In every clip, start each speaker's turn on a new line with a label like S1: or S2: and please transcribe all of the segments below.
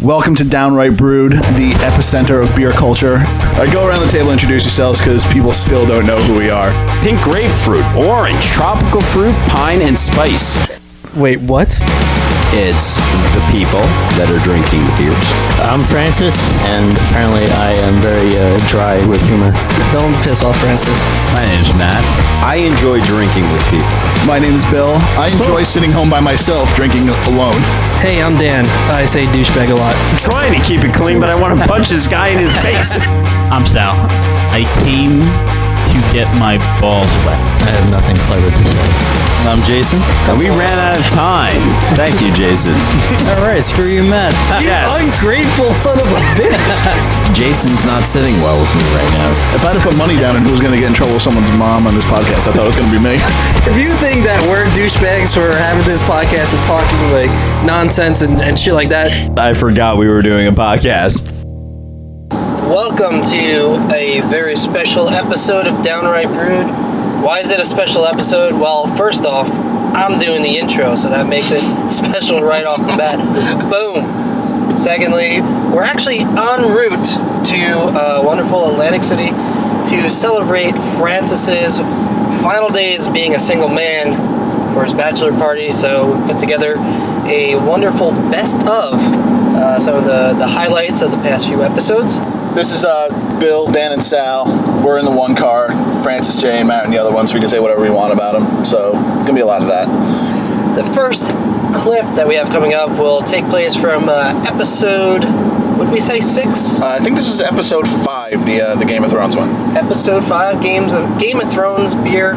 S1: Welcome to Downright Brewed, the epicenter of beer culture. All right, go around the table, introduce yourselves, because people still don't know who we are.
S2: Pink grapefruit, orange, tropical fruit, pine, and spice.
S3: Wait, what?
S2: It's the people that are drinking the beers.
S4: I'm Francis, and apparently I am very uh, dry with humor.
S3: Don't piss off Francis.
S2: My name's Matt. I enjoy drinking with people.
S1: My name is Bill. I enjoy sitting home by myself drinking alone.
S3: Hey, I'm Dan. I say douchebag a lot.
S2: I'm trying to keep it clean, but I want to punch this guy in his face.
S5: I'm Sal. I came to get my balls wet.
S4: I have nothing clever to say.
S2: I'm Jason. And we ran out of time. Thank you, Jason.
S4: All right, screw you, Matt.
S2: yes.
S3: Ungrateful son of a bitch.
S2: Jason's not sitting well with me right now.
S1: If I had to put money down on who's going to get in trouble with someone's mom on this podcast, I thought it was going to be me.
S3: if you think that we're douchebags for having this podcast and talking like nonsense and, and shit like that,
S2: I forgot we were doing a podcast.
S3: Welcome to a very special episode of Downright Brood. Why is it a special episode? Well, first off, I'm doing the intro, so that makes it special right off the bat. Boom. Secondly, we're actually en route to uh, wonderful Atlantic City to celebrate Francis's final days being a single man for his bachelor party. So we put together a wonderful best of uh, some of the, the highlights of the past few episodes.
S1: This is uh, Bill, Dan, and Sal. We're in the one car. Francis J. and Matt in the other one, so we can say whatever we want about them. So it's going to be a lot of that.
S3: The first clip that we have coming up will take place from uh, episode, what did we say, six?
S1: Uh, I think this was episode five, the uh, the Game of Thrones one.
S3: Episode five, games of Game of Thrones beer,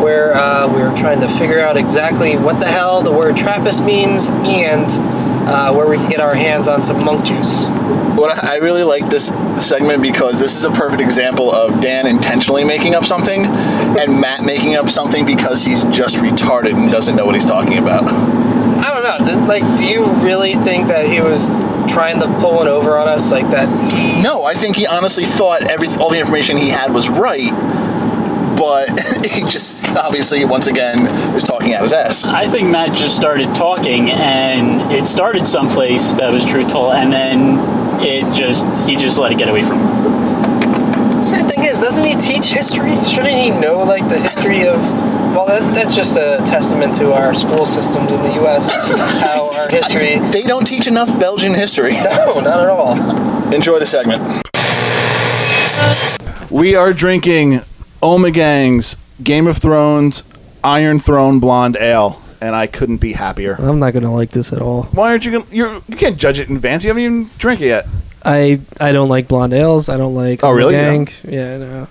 S3: where uh, we were trying to figure out exactly what the hell the word Trappist means and uh, where we can get our hands on some monk juice.
S1: What I, I really like this segment because this is a perfect example of Dan intentionally making up something and Matt making up something because he's just retarded and doesn't know what he's talking about.
S3: I don't know. th- Like, do you really think that he was trying to pull one over on us? Like that he?
S1: No, I think he honestly thought every all the information he had was right, but he just obviously once again is talking out his ass.
S5: I think Matt just started talking, and it started someplace that was truthful, and then it just he just let it get away from him.
S3: Sad thing is, doesn't he teach history? Shouldn't he know like the history of? Well, that, that's just a testament to our school systems in the U.S. How our history.
S1: They don't teach enough Belgian history.
S3: No, not at all.
S1: Enjoy the segment. We are drinking Omegang's Game of Thrones Iron Throne Blonde Ale, and I couldn't be happier.
S3: I'm not gonna like this at all.
S1: Why aren't you gonna? You're, you can't judge it in advance. You haven't even drank it yet.
S3: I I don't like blonde ales. I don't like.
S1: Oh, really?
S3: Gang. Yeah, no.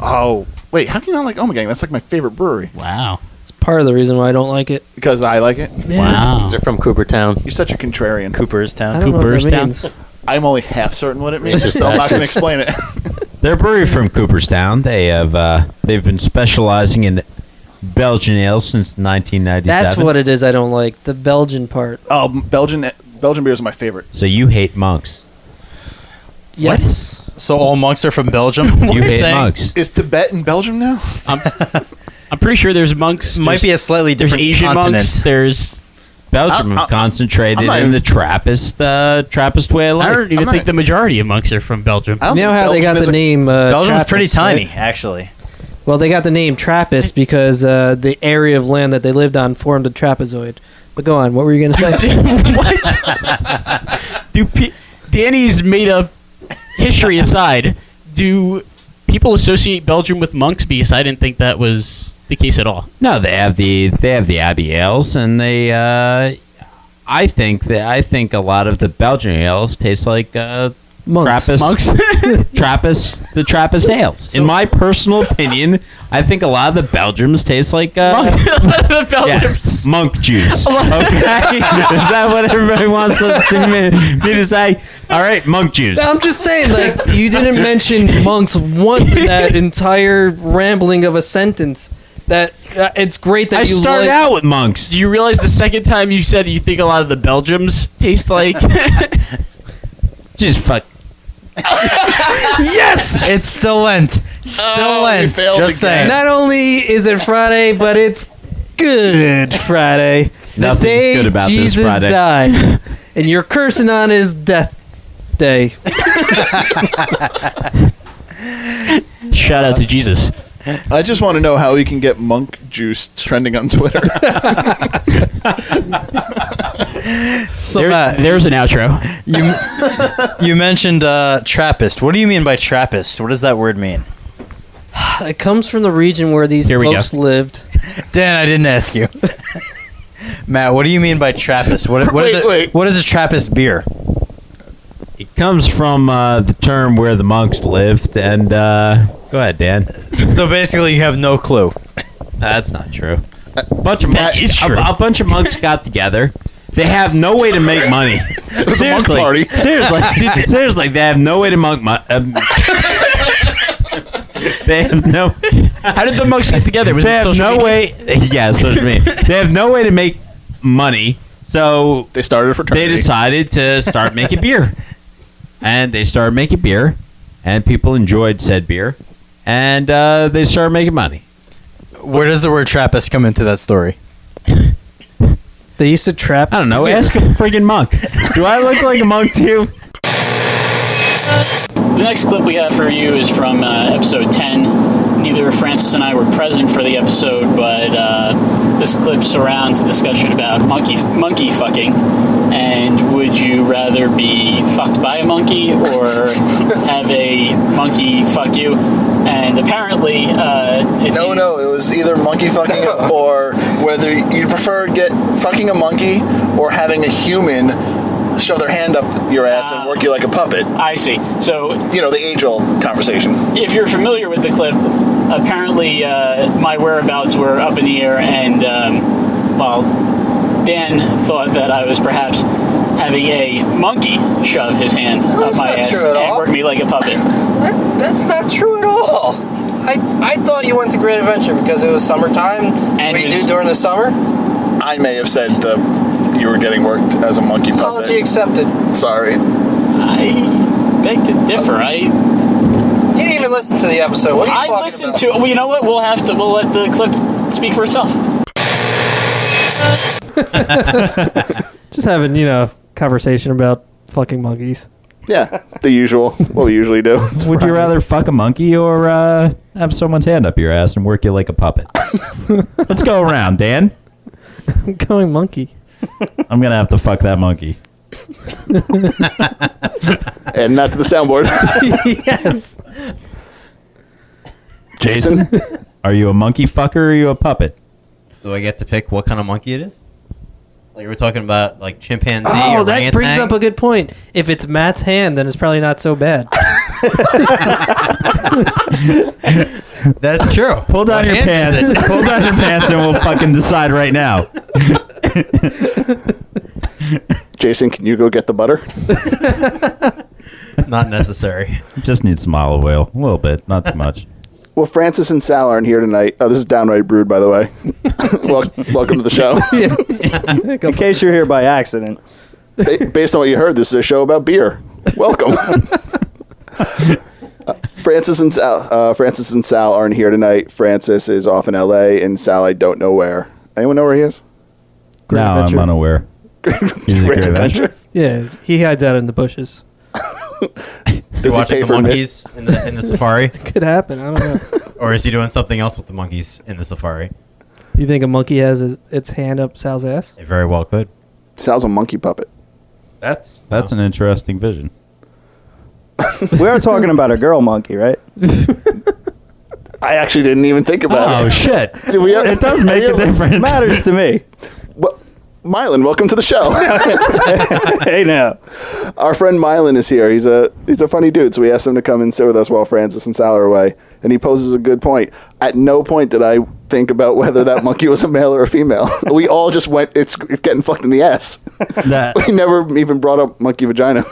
S1: Oh wait, how can you not like Omegang? That's like my favorite brewery
S5: Wow.
S3: It's part of the reason why I don't like it.
S1: because I like it.
S5: Wow.
S4: They're from Coopertown.
S1: You're such a contrarian.
S3: I
S4: Cooperstown.
S3: don't know what that
S5: Cooperstown.
S3: means.
S1: I'm only half certain what it means,
S4: Racist
S1: so I'm not going to
S4: bastards.
S1: explain it.
S6: They're brewery from Cooperstown. They have uh, they've been specializing in Belgian ale since 1997.
S3: That's what it is. I don't like the Belgian part.
S1: Oh, Belgian Belgian beers are my favorite.
S6: So you hate monks.
S3: Yes.
S7: So all monks are from Belgium.
S6: You hate
S7: Saying-
S6: monks.
S1: Is Tibet in Belgium now?
S5: I'm pretty sure there's monks.
S7: Might be a
S5: there's-
S7: slightly
S5: there's
S7: different
S5: Asian
S7: continent.
S5: monks. There's
S6: Belgium
S1: I- I-
S6: is concentrated
S1: I'm not
S6: in
S1: even-
S6: the Trappist uh, Trappist way of
S5: I
S6: life.
S5: don't even
S1: I'm
S5: think
S1: not-
S5: the majority of monks are from Belgium.
S1: I don't
S3: You know
S1: think
S3: how
S1: Oh, Belgium
S3: they got
S1: is
S3: the
S1: a-
S3: name. Uh,
S7: Belgium's pretty
S3: Trappist, right?
S7: tiny, actually.
S3: Well, they got the name Trappist because uh, the area of land that they lived on formed a trapezoid. But go on. What were you going to say?
S5: what? do pe- Danny's made up history aside? Do people associate Belgium with monks? Because I didn't think that was the case at all.
S6: No, they have the they have the Abbey ales, and they uh, I think that I think a lot of the Belgian ales taste like uh,
S3: Monks.
S6: Trappist Trappist the Trappist ales. in my personal opinion, I think a lot of the Belgians taste like uh,
S5: Monk. the Belgians.
S6: Yes. Monk juice. okay. Is that what everybody wants us to me, me to say? All right, monk juice.
S3: I'm just saying, like, you didn't mention monks once in that entire rambling of a sentence. That uh, it's great that
S6: I
S3: you
S6: started
S3: like-
S6: out with monks.
S5: Do you realize the second time you said you think a lot of the Belgians taste like?
S6: Just fuck.
S3: Yes.
S7: It still went. Still went.
S1: failed
S7: Just saying.
S1: again.
S3: Not only is it Friday, but it's Good Friday. The
S6: Nothing's
S3: day
S6: good about this
S3: Jesus
S6: Friday.
S3: died. and you're cursing on his death day.
S5: Shout out to Jesus.
S1: I just want to know how he can get monk juice trending on Twitter.
S7: So
S5: There-
S7: Matt,
S5: there's an outro.
S7: you you mentioned uh, Trappist. What do you mean by Trappist? What does that word mean?
S3: It comes from the region where these
S5: Here we go.
S3: folks lived.
S7: Dan, I didn't ask you. Matt, what do you mean by Trappist? What what is
S1: Wait,
S7: a,
S1: wait.
S7: what is a Trappist beer?
S6: It comes from uh, the term where the monks lived, and uh, go ahead, Dan.
S7: So basically, you have no clue.
S6: That's not true. bunch of monks,
S5: is
S6: a-
S5: true.
S6: A, bunch of monks got together. They have no way to make money.
S1: was a monk
S6: seriously,
S1: party.
S6: seriously, seriously, they have no way to monk money. Um, they have no.
S5: How did the monks get together? Was
S6: they
S5: it
S6: have
S5: social
S6: no
S5: media?
S6: way. Yeah, social media. They have no way to make money, so
S1: they started a
S6: they
S1: fraternity.
S6: decided to start making beer. And they started making beer, and people enjoyed said beer, and uh, they started making money.
S7: Where does the word Trappist come into that story?
S3: They used to trap.
S6: I don't know. Ask a friggin' monk. Do I look like a monk to you?
S8: The next clip we have for you is from uh, episode 10. Neither Francis and I were present for the episode, but uh, this clip surrounds the discussion about monkey monkey fucking. And would you rather be fucked by a monkey or have a monkey fuck you? And apparently, uh, if
S1: No,
S8: you-
S1: no, it was either monkey fucking or whether you prefer get fucking a monkey or having a human shove their hand up your ass and work you like a puppet.
S8: I see. So
S1: You know, the age old conversation.
S8: if you're familiar with the clip, apparently uh, my whereabouts were up in the air, and um, well, Dan thought that I was perhaps having a monkey shove his hand up
S3: that's
S8: my
S3: not
S8: ass
S3: true
S8: and
S3: at all.
S8: work me like a puppet.
S3: That, that's not true at all. I, I thought you went to Great Adventure because it was summertime. And
S8: And
S3: we
S8: it was-
S3: do during the summer.
S1: I may have said that you were getting worked as a monkey puppet.
S3: Apology accepted. You
S1: Sorry.
S8: I beg to differ. I
S3: didn't even listen to the episode. What are you
S8: I
S3: talking
S8: listened
S3: about?
S8: to. Well, you know what? We'll have to. We'll let the clip speak for itself.
S9: Just having, you know, conversation about fucking monkeys.
S1: Yeah, the usual. What we usually do.
S6: Would you rather fuck a monkey or uh, have someone's hand up your ass and work you like a puppet? Let's go around, Dan.
S9: I'm going monkey.
S6: I'm gonna have to fuck that monkey.
S1: And that's the soundboard.
S9: yes.
S1: Jason?
S6: Are you a monkey fucker or are you a puppet?
S10: Do I get to pick what kind of monkey it is? Like we're talking about like chimpanzee.
S9: Oh, that
S10: orangutan?
S9: brings up a good point. If it's Matt's hand, then it's probably not so bad.
S10: That's true.
S6: Pull down your pants. Pull down your pants, and we'll fucking decide right now.
S1: Jason, can you go get the butter?
S10: Not necessary.
S6: Just need some olive oil, a little bit, not too much.
S1: Well, Francis and Sal aren't here tonight. Oh, this is downright brood, by the way. Wel- welcome to the show.
S11: In case you're here by accident,
S1: Ba- Based on what you heard, this is a show about beer. Welcome. Uh, Francis and Sal, uh, Francis and Sal aren't here tonight. Francis is off in L.A. and Sal, I don't know where. Anyone know where he is?
S9: Great
S6: no,
S9: adventure.
S6: I'm unaware. Is it great adventure?
S9: Yeah, he hides out in the bushes.
S10: Is
S1: he
S10: he watching
S1: pay
S10: the
S1: for admit-
S10: monkeys in the, in the safari,
S9: Could happen. I don't know.
S10: or is he doing something else with the monkeys in the safari?
S9: you think a monkey has his, its hand up Sal's ass?
S10: It very well could.
S1: Sal's a monkey puppet.
S6: That's that's an interesting vision.
S11: we are talking about a girl monkey, right?
S1: I actually didn't even think about
S6: Oh
S1: it.
S6: shit!
S1: Do we have-
S6: It does make a difference.
S11: Matters to me.
S1: Well, Mylan, welcome to the show.
S11: Hey now,
S1: Our friend Mylan is here. He's a he's a funny dude, so we asked him to come and sit with us while Francis and Sal are away. And he poses a good point. At no point did I think about whether that monkey was a male or a female. We all just went, it's, it's getting fucked in the ass.
S6: That
S1: We never even brought up monkey vagina.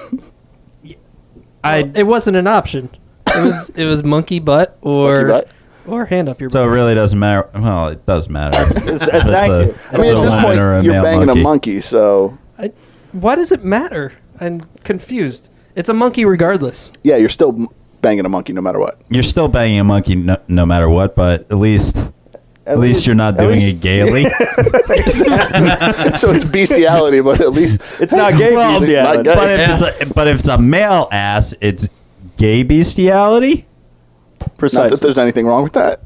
S6: I
S9: It wasn't an option. It was it was monkey butt or
S1: Monkey butt.
S9: or hand up your
S6: so it
S9: butt.
S6: really doesn't matter. Well, it does matter.
S11: It's-
S6: If it's
S11: thank
S6: a-
S11: you.
S1: uh, I mean, at
S6: if it's
S1: this
S6: a
S1: point,
S6: woman or a
S1: you're
S6: male
S1: banging a monkey, so
S9: I, why does it matter? I'm confused. It's a monkey regardless.
S1: yeah, you're still m- banging a monkey no matter what.
S6: You're still banging a monkey no, no matter what, but at least At least you're not doing it gaily.
S1: so it's bestiality, but at least
S11: it's not gay
S6: Well,
S11: bestiality.
S6: But, but if it's a, but if it's a male ass, it's gay bestiality.
S1: Not that there's anything wrong with that.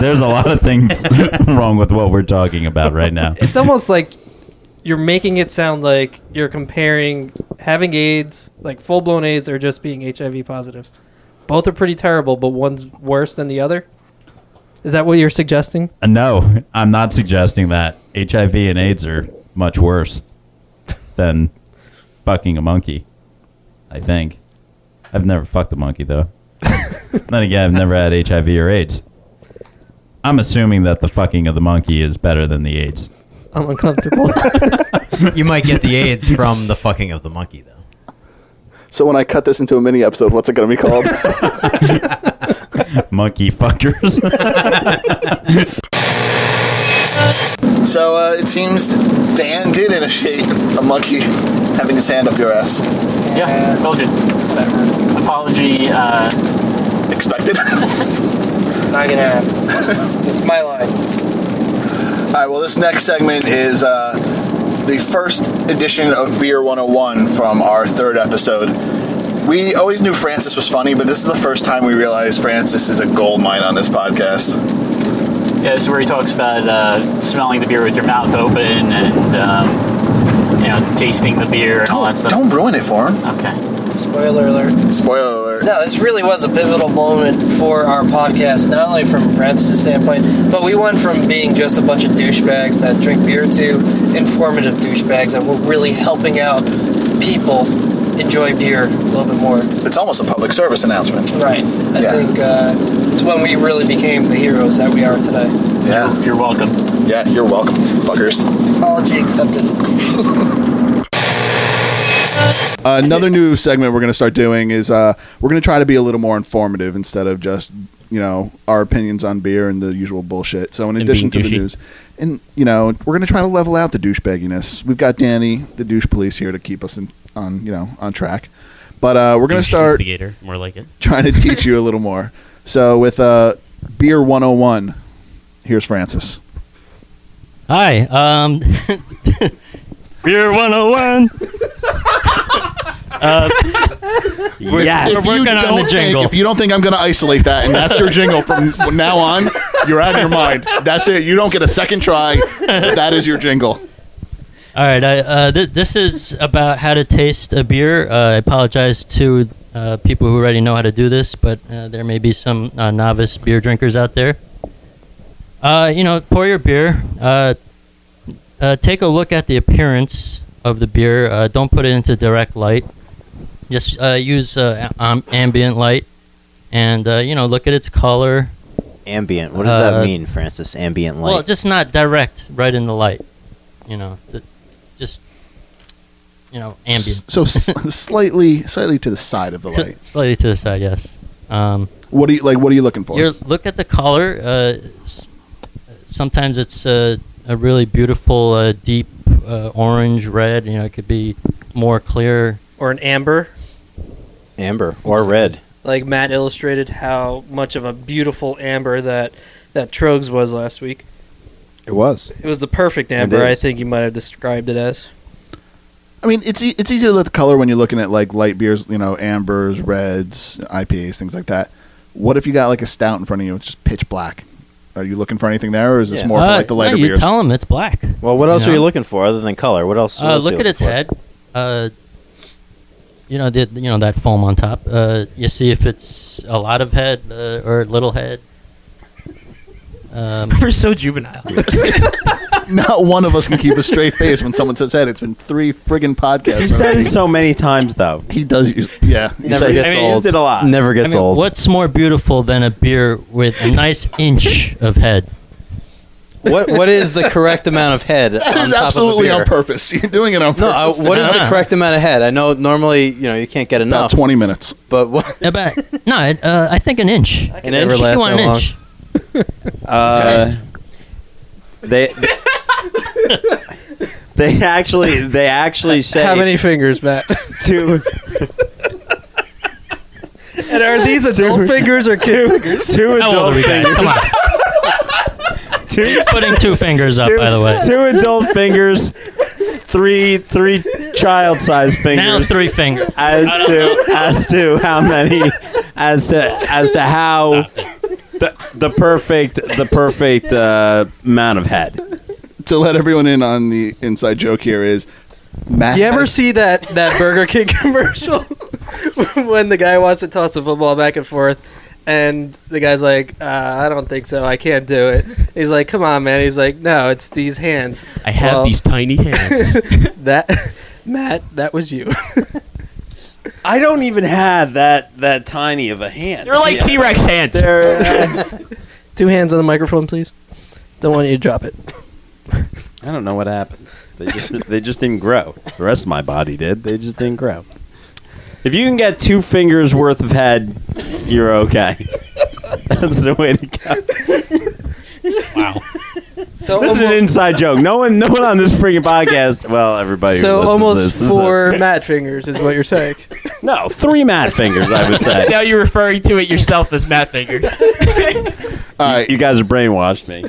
S6: There's a lot of things wrong with what we're talking about right now.
S9: It's almost like you're making it sound like you're comparing having AIDS, like full blown AIDS, or just being HIV positive. Both are pretty terrible, but one's worse than the other. Is that what you're suggesting?
S6: Uh, No, I'm not suggesting that. HIV and AIDS are much worse than fucking a monkey. I think. I've never fucked a monkey though. then again, I've never had HIV or AIDS. I'm assuming that the fucking of the monkey is better than the AIDS.
S9: I'm uncomfortable.
S10: you might get the AIDS from the fucking of the monkey, though.
S1: So when I cut this into a mini episode, what's it going to be called?
S6: monkey fuckers.
S1: so uh, it seems Dan did initiate a monkey having his hand up your ass.
S8: Yeah, told you. Whatever. Apology. Uh,
S1: Expected.
S3: Not gonna happen. it's my line.
S1: All right. Well, this next segment is uh, the first edition of Beer 101 from our third episode. We always knew Francis was funny, but this is the first time we realized Francis is a gold mine on this podcast.
S8: yeah, this is where he talks about uh, smelling the beer with your mouth open and um, you know tasting the beer and all that stuff.
S1: Don't ruin it for him.
S8: Okay.
S3: Spoiler alert.
S1: Spoiler alert.
S3: No, this really was a pivotal moment for our podcast, not only from Francis' standpoint, but we went from being just a bunch of douchebags that drink beer to informative douchebags, and we're really helping out people enjoy beer a little bit more.
S1: It's almost a public service announcement.
S3: Right. I think uh, it's when we really became the heroes that we are today.
S1: Yeah.
S8: You're welcome.
S1: Yeah, you're welcome, fuckers.
S3: Apology accepted.
S1: another new segment we're going to start doing is uh, we're going to try to be a little more informative instead of just you know our opinions on beer and the usual bullshit. So in
S5: And
S1: addition to
S5: being
S1: the
S5: douchey.
S1: news, and you know we're going to try to level out the douchebagginess. We've got Danny, the douche police, here to keep us in, on you know on track. But uh, we're going to
S5: Douche
S1: start
S5: Instigator, more like it.
S1: trying to teach you a little more. So with uh, beer 101, here's Francis.
S12: Hi. Um, Beer 101. uh, we're,
S1: If
S12: we're
S1: you
S12: working on
S1: don't
S12: the
S1: think-
S12: jingle.
S1: if you don't think I'm going to isolate that and that's your jingle from now on, you're out of your mind. That's it. You don't get a second try. That is your jingle.
S12: All right. I, uh, th- this is about how to taste a beer. Uh, I apologize to uh, people who already know how to do this, but uh, there may be some uh, novice beer drinkers out there. Uh, you know, pour your beer. Uh, uh, take a look at the appearance of the beer. Uh, don't put it into direct light. Just uh, use uh, a- um, ambient light, and uh, you know, look at its color.
S13: Ambient. What does that
S12: Uh,
S13: mean, Francis? Ambient light.
S12: Well, just not direct, right in the light. You know, th- just you know, ambient.
S1: So s- slightly, slightly to the side of the
S12: To-
S1: light.
S12: slightly to the side, yes. Um,
S1: What are you like? What are you looking for?
S12: You're, look at the color. Uh, s- sometimes it's a, a really beautiful, uh, deep uh, orange, red. You know, it could be more clear.
S9: or an amber.
S13: Amber or red.
S9: Like Matt illustrated how much of a beautiful amber that that Trogs was last week.
S11: It was.
S9: It was the perfect
S11: It
S9: amber. I
S11: is.
S9: think you might have described it as.
S1: I mean, it's e- it's easy to look at the color when you're looking at like light beers, you know, ambers, reds, IPAs, things like that. What if you got like a stout in front of you? It's just pitch black. Are you looking for anything there, or is this more for
S12: Uh,
S1: like the lighter
S12: no, you
S1: beers?
S12: tell them it's black.
S13: Well, what
S12: You
S13: else are
S12: know?
S13: you looking for other than color? What else? what
S12: Uh,
S13: else are
S12: look
S13: you
S12: at
S13: looking
S12: its
S13: for?
S12: head. Uh, you know, the, you know that foam on top. Uh, you see if it's a lot of head uh, or little head. Um,
S5: We're so juvenile.
S1: Not one of us can keep a straight face when someone says that. It's been three friggin' podcasts.
S13: He said
S1: already.
S13: it so many times, though.
S1: He does use, yeah. he
S13: Never
S1: said-
S13: gets I mean, he used old. it a
S10: Ah,
S13: lot. Never gets
S12: I mean,
S13: old.
S12: What's more beautiful than a beer with a nice inch of head?
S7: What What is the correct amount of head? on
S1: That is
S7: top
S1: absolutely
S7: of a
S1: on
S7: beer?
S1: purpose. You're doing it on
S7: No, uh,
S1: purpose.
S7: what is the correct amount of head? I know normally, you know, you can't get enough.
S14: Oh.
S1: twenty minutes.
S7: But what?
S12: About no, it- uh, I think an inch.
S7: An inch?
S12: You
S7: Never
S12: want an
S7: lasts
S12: inch.
S13: Uh, they they actually they actually say
S9: How many fingers, Matt?
S13: two.
S9: And are these adult fingers or kid fingers?
S13: Two adult fingers.
S12: Come on.
S14: He's putting two fingers up,
S13: two,
S14: by the way.
S13: Two adult fingers, three three child sized fingers.
S14: Now three fingers.
S13: As to as to how many as to as to how the, the perfect the perfect uh, amount of head.
S1: To let everyone in on the inside joke here is Matt.
S9: You ever see that that Burger King commercial when the guy wants to toss a football back and forth, and the guy's like, uh, "I don't think so. I can't do it." He's like, "Come on, man." He's like, "No, it's these hands."
S15: I have
S9: Well,
S15: these tiny hands.
S9: that Matt, that was you.
S13: I don't even have that that tiny of a hand.
S9: They're like T-Rex hands. Two hands on the microphone, please. Don't want you to drop it.
S13: I don't know what happened. They just they just didn't grow. The rest of my body did. They just didn't grow. If you can get two fingers worth of head, you're okay. That's the way to go.
S15: Wow.
S9: So
S13: this is an inside joke. No one, no one on this freaking podcast. Well, everybody. who
S9: so
S13: listens to
S9: almost
S13: this, this is a-
S9: four Matt fingers is what you're saying.
S13: no, three mad fingers. I would say.
S15: now you're referring to it yourself as Matt fingers.
S13: All right, you guys have brainwashed me.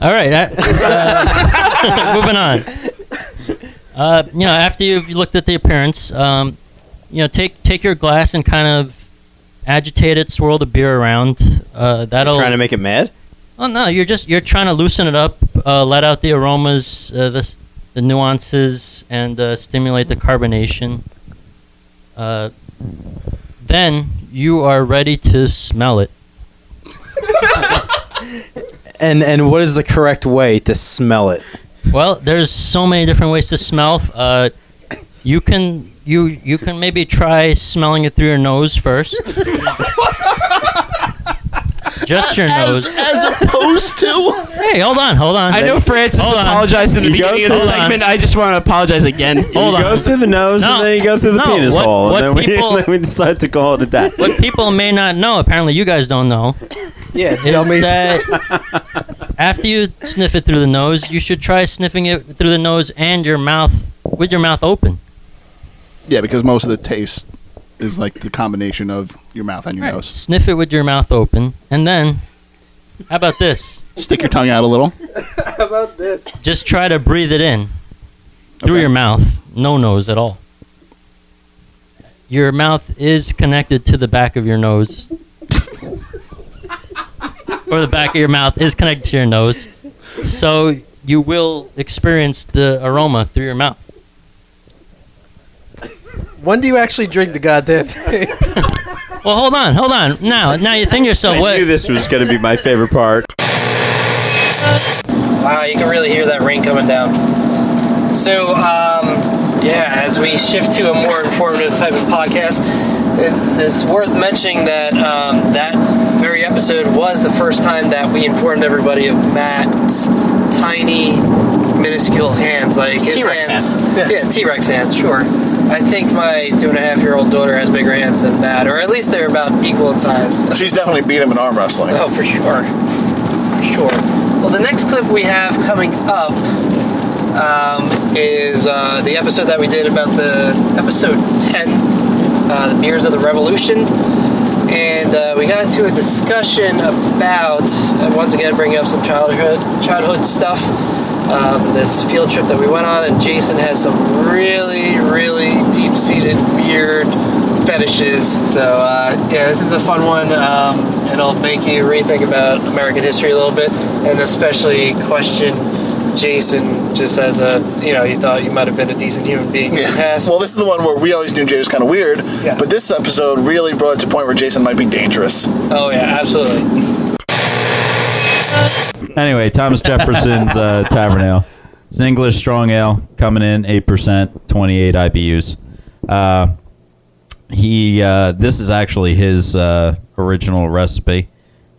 S14: All right. I, uh, moving on. Uh, you know, after you've looked at the appearance, um, you know, take take your glass and kind of agitate it, swirl the beer around. Uh, that'll
S10: trying to make it mad.
S14: Oh no, you're just you're trying to loosen it up, uh, let out the aromas, uh, the s- the nuances, and uh, stimulate the carbonation. Uh, then you are ready to smell it.
S10: And and what is the correct way to smell it?
S14: Well, there's so many different ways to smell. Uh, you can you you can maybe try smelling it through your nose first. Just your
S1: As,
S14: nose.
S1: as opposed to.
S14: Hey, hold on, hold on.
S15: I know Francis
S14: Hold on.
S15: apologized in the
S14: You go
S15: beginning of the
S14: through- hold on.
S15: segment. I just want to apologize again.
S14: Hold
S13: you
S14: on.
S13: go through the nose
S14: No,
S13: and then you go through the
S14: no,
S13: penis
S14: what-
S13: hole,
S14: what
S13: and then,
S14: people-
S13: we, then we decide to call it a that.
S14: What people may not know, apparently you guys don't know,
S9: Yeah,
S14: is that after you sniff it through the nose, you should try sniffing it through the nose and your mouth with your mouth open.
S1: Yeah, because most of the taste is like the combination of your mouth and your nose.
S14: Sniff it with your mouth open, and then how about this?
S1: Stick your tongue out a little.
S9: How about this?
S14: Just try to breathe it in through your mouth, no nose at all. Your mouth is connected to the back of your nose. or the back of your mouth is connected to your nose. So you will experience the aroma through your mouth.
S9: When do you actually drink the goddamn thing?
S14: Well, hold on, hold on. Now, now you think to yourself,
S13: I
S14: what?
S13: knew this was going to be my favorite part.
S3: Wow, you can really hear that rain coming down. So, um, yeah, as we shift to a more informative type of podcast, it, it's worth mentioning that um, that very episode was the first time that we informed everybody of Matt's tiny, minuscule hands, like his
S8: T-Rex hands.
S3: Yeah, T-Rex hands. Sure. I think my two and a half year old daughter has bigger hands than Matt, or at least they're about equal in size.
S1: She's definitely beat him in arm wrestling.
S3: Oh, for sure. For sure. Well, the next clip we have coming up um, is uh, the episode that we did about the episode 10, uh, The Beers of the Revolution. And uh, we got into a discussion about, and once again, bringing up some childhood, childhood stuff. Um, this field trip that we went on, and Jason has some really, really deep seated, weird fetishes. So, uh, yeah, this is a fun one. Um, it'll make you rethink about American history a little bit, and especially question Jason just as a, you know, he thought you might have been a decent human being in the past.
S1: Well, this is the one where we always knew Jay was kind of weird, but this episode really brought it to a point where Jason might be dangerous.
S3: Oh, yeah, absolutely.
S6: Anyway, Thomas Jefferson's uh, Tavern Ale. It's an English strong ale coming in 8%, 28 IBUs. Uh, he uh, this is actually his uh, original recipe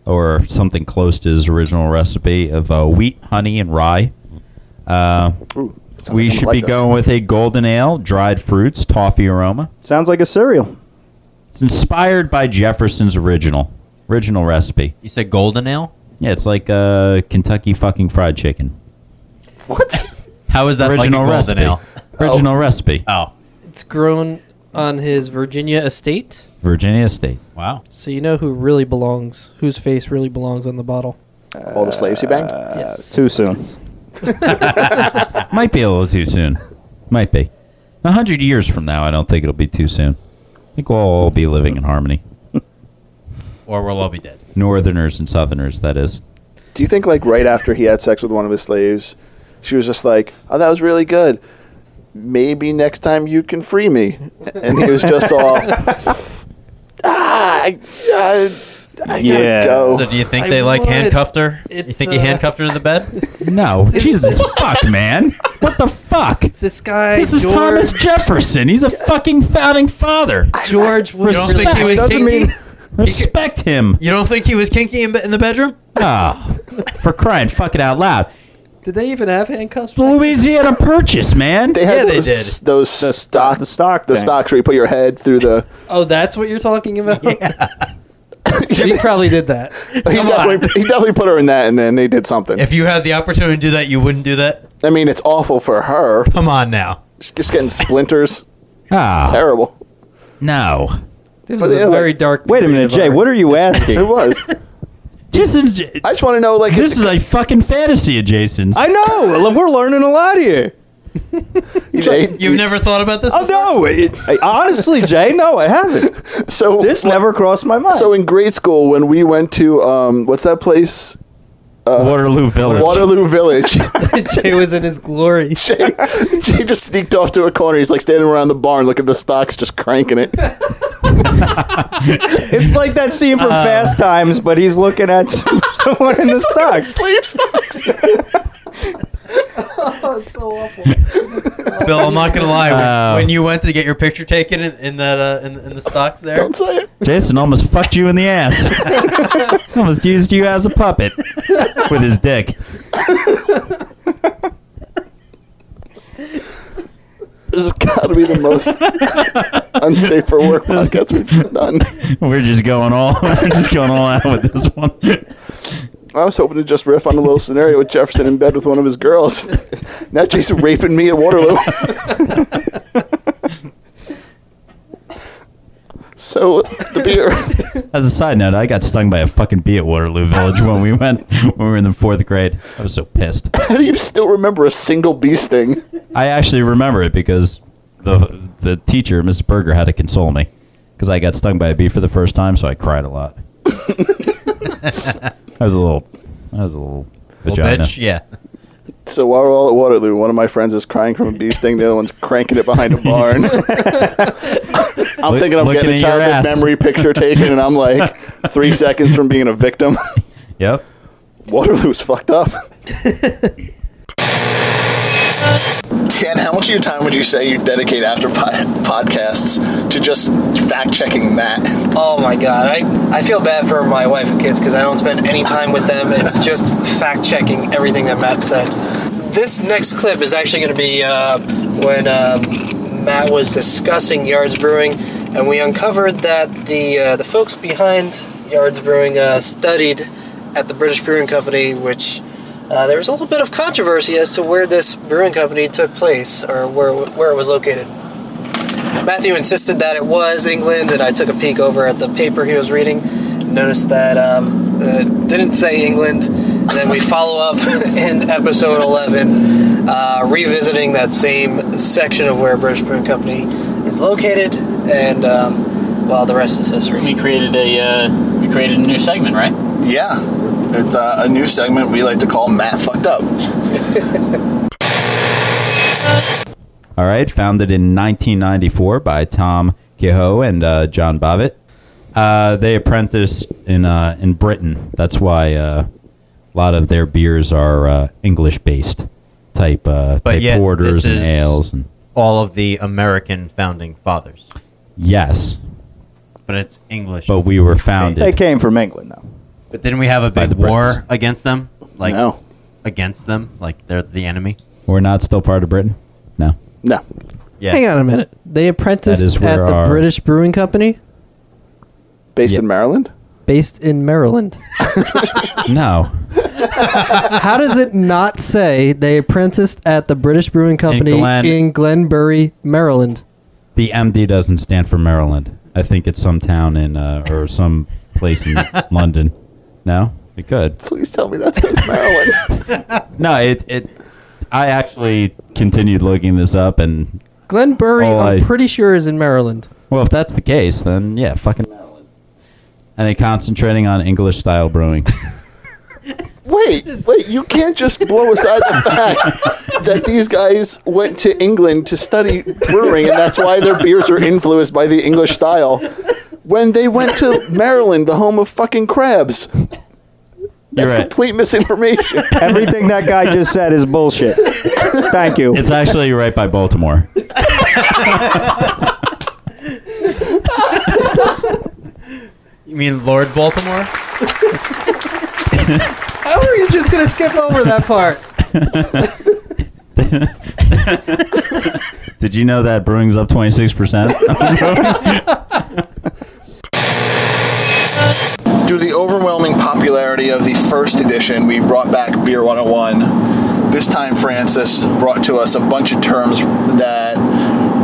S6: or something close to his original recipe of uh, wheat, honey, and rye. Uh,
S16: sounds
S6: we
S16: like I'm
S6: should
S16: like
S6: be
S16: this.
S6: going with a golden ale, dried fruits, toffee aroma.
S16: Sounds like a cereal.
S6: It's inspired by Jefferson's original original recipe.
S17: You said golden ale?
S6: Yeah, it's like uh, Kentucky fucking fried chicken.
S17: How is that
S6: Original
S17: like a golden
S6: recipe.
S17: ale?
S6: Original recipe.
S17: Oh.
S9: It's grown on his Virginia estate,
S6: Virginia State.
S17: Wow.
S9: so you know who really belongs, whose face really belongs on the bottle. Uh,
S1: All the slaves he banged?
S11: Yes. Too soon.
S6: Might be a little too soon. Might be. A hundred years from now, I don't think it'll be too soon. I think we'll all be living in harmony.
S10: Or we'll all be dead.
S6: Northerners and Southerners, that is.
S1: Do you think like right after he had sex with one of his slaves, she was just like, "Oh, that was really good. Maybe next time you can free me." And he was just all, "Ah, I, I, I gotta go."
S10: So do you think they like handcuffed her? you think he handcuffed her to the bed?
S6: No, Jesus fuck, man. What the fuck? It's
S9: this guy.
S6: This is Thomas Jefferson. He's a fucking founding father.
S9: George
S10: You don't think he was kinky?
S6: Respect him.
S10: You don't think he was kinky in, be- in the bedroom?
S6: Ah, for crying fucking out loud.
S9: Did they even have handcuffs?
S6: Louisiana Purchase, man.
S1: They had those, Those stock, the stock, the
S9: thing.
S1: stocks where you put your head through the.
S9: Oh, that's what you're talking about. he probably did that.
S1: He definitely, he definitely put her in that, and then they did something.
S10: If you had the opportunity to do that, you wouldn't do that.
S1: I mean, it's awful for her.
S10: Come on now.
S1: She's just getting splinters.
S6: Ah,
S1: it's terrible.
S6: No.
S9: This
S1: was a very
S9: dark.
S11: Wait a minute, Jay. What are you asking?
S1: It was.
S6: This is.
S1: I just want to know, like,
S6: this is a fucking fantasy of Jason's.
S11: I know. We're learning a lot here.
S1: Jay,
S10: You've never thought about this?
S11: Oh no! It, I- honestly, Jay, no, I haven't.
S1: So
S11: this never crossed my mind.
S1: So in grade school, when we went to um, what's that place? Uh,
S6: Waterloo Village.
S1: Waterloo Village.
S9: Jay was in his glory.
S1: Jay, Jay just sneaked off to a corner. He's like standing around the barn, looking at the stocks, just cranking it.
S11: it's like that scene from
S6: Uh.
S11: Fast Times, but he's looking at some, someone in the stocks.
S1: Slave stocks.
S9: oh, it's so awful.
S10: Bill, I'm not gonna lie.
S6: Oh.
S10: When you went to get your picture taken in, in that uh, in, in the stocks there,
S1: don't say it.
S6: Jason almost fucked you in the ass. almost used you as a puppet with his dick.
S1: This has got to be the most unsafe for work podcast we've done.
S6: We're just going all we're just going all out with this one.
S1: I was hoping to just riff on a little scenario with Jefferson in bed with one of his girls. now Jason raping me at Waterloo. so the beer.
S6: As a side note, I got stung by a fucking bee at Waterloo Village when we went when we were in the fourth grade. I was so pissed.
S1: How do you still remember a single bee sting?
S6: I actually remember it because the the teacher, Mrs. Berger, had to console me because I got stung by a bee for the first time, so I cried a lot. I was a little, I was a little,
S10: little
S6: vagina.
S10: bitch. Yeah.
S1: So while we're all at Waterloo, one of my friends is crying from a bee sting. The other one's cranking it behind a barn. I'm
S6: Look-
S1: thinking I'm
S6: looking
S1: getting a
S6: at your
S1: childhood
S6: ass.
S1: memory picture taken, and I'm like three seconds from being a victim.
S6: Yep.
S1: Waterloo's fucked up. Dan, how much of your time would you say you dedicate after podcasts to just fact checking that?
S3: Oh my god, I, I feel bad for my wife and kids because I don't spend any time with them. It's just fact checking everything that Matt said. This next clip is actually going to be uh, when uh, Matt was discussing Yards Brewing, and we uncovered that the uh, the folks behind Yards Brewing uh, studied at the British Brewing Company, which uh, there was a little bit of controversy as to where this brewing company took place or where where it was located. Matthew insisted that it was England, and I took a peek over at the paper he was reading. Noticed that um, uh, didn't say England. And then we follow up in episode 11, uh, revisiting that same section of where British Brewing Company is located, and um, well, the rest is history.
S8: We created a uh, we created a new segment, right?
S1: Yeah, it's uh, a new segment we like to call Matt Fucked Up.
S6: All right, founded in 1994 by Tom Kehoe and uh, John Bobbitt. Uh, they apprenticed in uh, in Britain. That's why uh, a lot of their beers are uh, English based type uh,
S10: But
S6: type
S10: yet, this
S6: porters and
S10: is
S6: ales. And,
S10: all of the American founding fathers,
S6: yes,
S10: but it's English.
S6: but we were founded.
S11: They came from England, though.
S10: But didn't we have a
S6: By
S10: big
S6: the Brits.
S10: war against them? Like
S1: No.
S10: against them, like they're the enemy.
S6: We're not still part of Britain. No,
S1: No.
S10: Yeah.
S9: Hang on a minute. They apprenticed
S6: That is
S9: at
S6: where
S9: the
S6: our-
S9: British Brewing Company,
S1: Based in Maryland?
S9: based in Maryland.
S6: no.
S9: How does it not say they apprenticed at the British Brewing Company in,
S6: Glen-
S9: Glenbury, Maryland?
S6: The MD doesn't stand for Maryland. I think it's some town in uh, or some place in London. No, It could.
S14: Please tell me that says Maryland.
S6: No, it it. I actually continued looking this up, and
S9: Glen Burry,
S18: Oh,
S6: All
S9: I'm
S6: I-
S9: pretty sure is in Maryland.
S6: well, if that's the case, then yeah, fucking Maryland. And they concentrating on English style brewing.
S14: Wait, wait, you can't just blow aside the fact that these guys went to England to study brewing and that's why their beers are influenced by the English style. When they went to Maryland, the home of fucking crabs. That's complete misinformation.
S19: Everything that guy just said is bullshit. Thank you.
S6: it's actually right by Baltimore.
S10: You mean Lord Baltimore?
S9: How are you just gonna skip over that part?
S6: Did you know that brewing's up twenty six percent?
S14: Due to the overwhelming popularity of the first edition, we brought back Beer 101. This time, Francis brought to us a bunch of terms that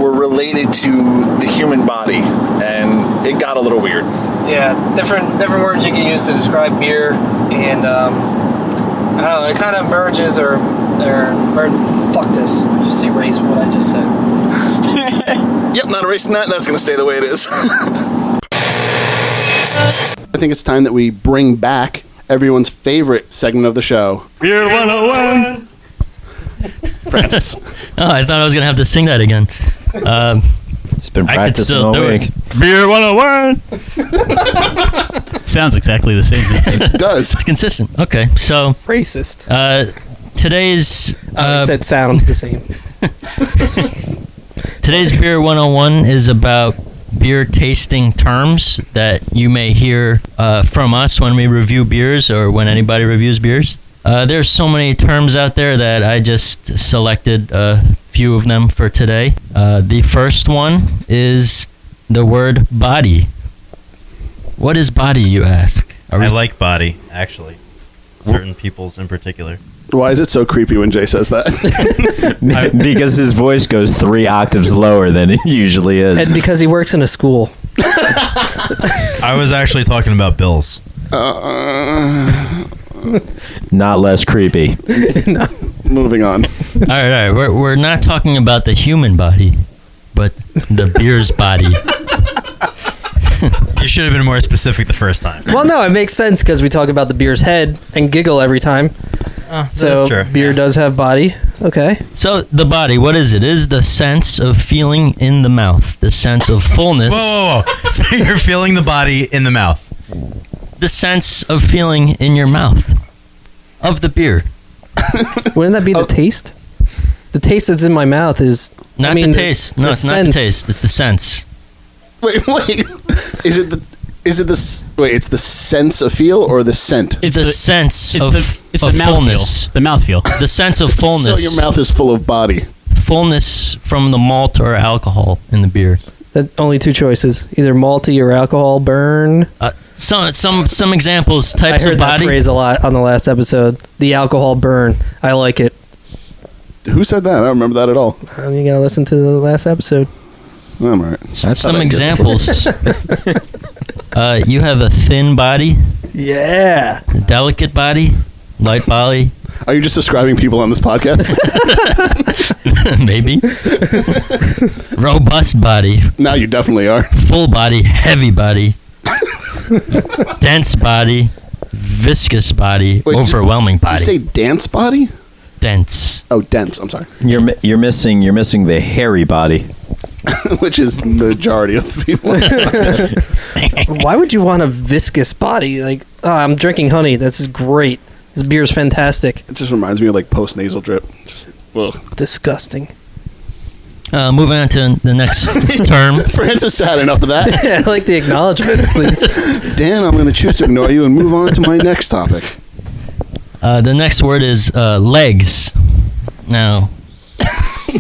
S14: were related to the human body, and it got a little weird.
S3: Yeah, different different words you can use to describe beer, and um, I don't know. It kind of merges or or, mer- fuck this. Just erase what I just said.
S14: Yep, not erasing that. That's going to stay the way it is. I think it's time that we bring back everyone's favorite segment of the show.
S20: Beer 101.
S14: Francis.
S18: oh, I thought I was gonna have to sing that again. Um,
S21: it's been
S8: practicing all week.
S18: Beer 101.
S8: It sounds exactly the same. it
S14: does.
S18: It's consistent. Okay, so
S9: racist.
S18: Uh, today's uh,
S9: said sounds the same.
S18: Today's Beer 101 is about beer tasting terms that you may hear uh, from us when we review beers or when anybody reviews beers. Uh, there's so many terms out there that I just selected a few of them for today. Uh, the first one is the word body. What is body, you ask? Are we-
S10: I like body, actually. Certain people's in particular.
S14: Why is it so creepy when Jay says that?
S13: because his voice goes three octaves lower than it usually is.
S9: And because he works in a school.
S10: I was actually talking about bills.
S13: Not less creepy.
S14: Moving on.
S18: all right, all right. We're, we're not talking about the human body, but the beer's body.
S10: You should have been more specific the first time.
S9: Well, no, it makes sense because we talk about the beer's head and giggle every time. so
S18: Ah, is true,
S9: beer does have body. Okay.
S18: So the body, what is it? It Is the sense of feeling in the mouth, the sense of fullness,
S10: Whoa, whoa, whoa. So you're feeling the body in the mouth.
S18: the sense of feeling in your mouth of the beer.
S9: Wouldn't that be the taste? The taste that's in my mouth is
S18: Not
S9: I mean,
S18: the taste. no, it's not the
S9: sense.
S18: taste. It's the sense.
S14: wait, wait. Is it the is it the s- wait? It's the sense of feel or the scent?
S18: It's the, sense
S8: it's
S18: of,
S8: the- it's
S18: of
S8: the mouthfeel.
S18: fullness.
S8: The mouthfeel.
S18: The sense of fullness.
S14: So your mouth is full of body.
S18: Fullness from the malt or alcohol in the beer.
S9: That only two choices: either malty or alcohol burn.
S18: Uh, some some some examples types
S9: I heard
S18: of
S9: that
S18: body.
S9: phrase a lot on the last episode. The alcohol burn. I like it.
S14: Who said that? I don't remember that at all.
S9: Um, you gotta listen to the last episode.
S14: I'm all right.
S18: some examples. uh, you have a thin body,
S9: Yeah.
S18: a delicate body, light body.
S14: Are you just describing people on this podcast?
S18: Maybe. Robust body.
S14: now you definitely are.
S18: Full body. Heavy body. dense body. Viscous body.
S14: Wait,
S18: overwhelming
S14: did
S18: body.
S14: You say dance body?
S18: dense.
S14: Oh, dense. I'm sorry.
S13: You're mi- you're missing you're missing the hairy body.
S14: Which is the majority of the people. on this podcast.
S9: Why would you want a viscous body? Like, oh, I'm drinking honey. This is great. This beer's fantastic.
S14: it just reminds me of like post nasal drip. Just ugh.
S9: Disgusting.
S18: Uh, moving on to the next term.
S14: Francis had enough of that.
S9: I like the acknowledgement, please.
S14: Dan, I'm going to choose to ignore you and move on to my next topic.
S18: Uh, the next word is uh, legs. Now,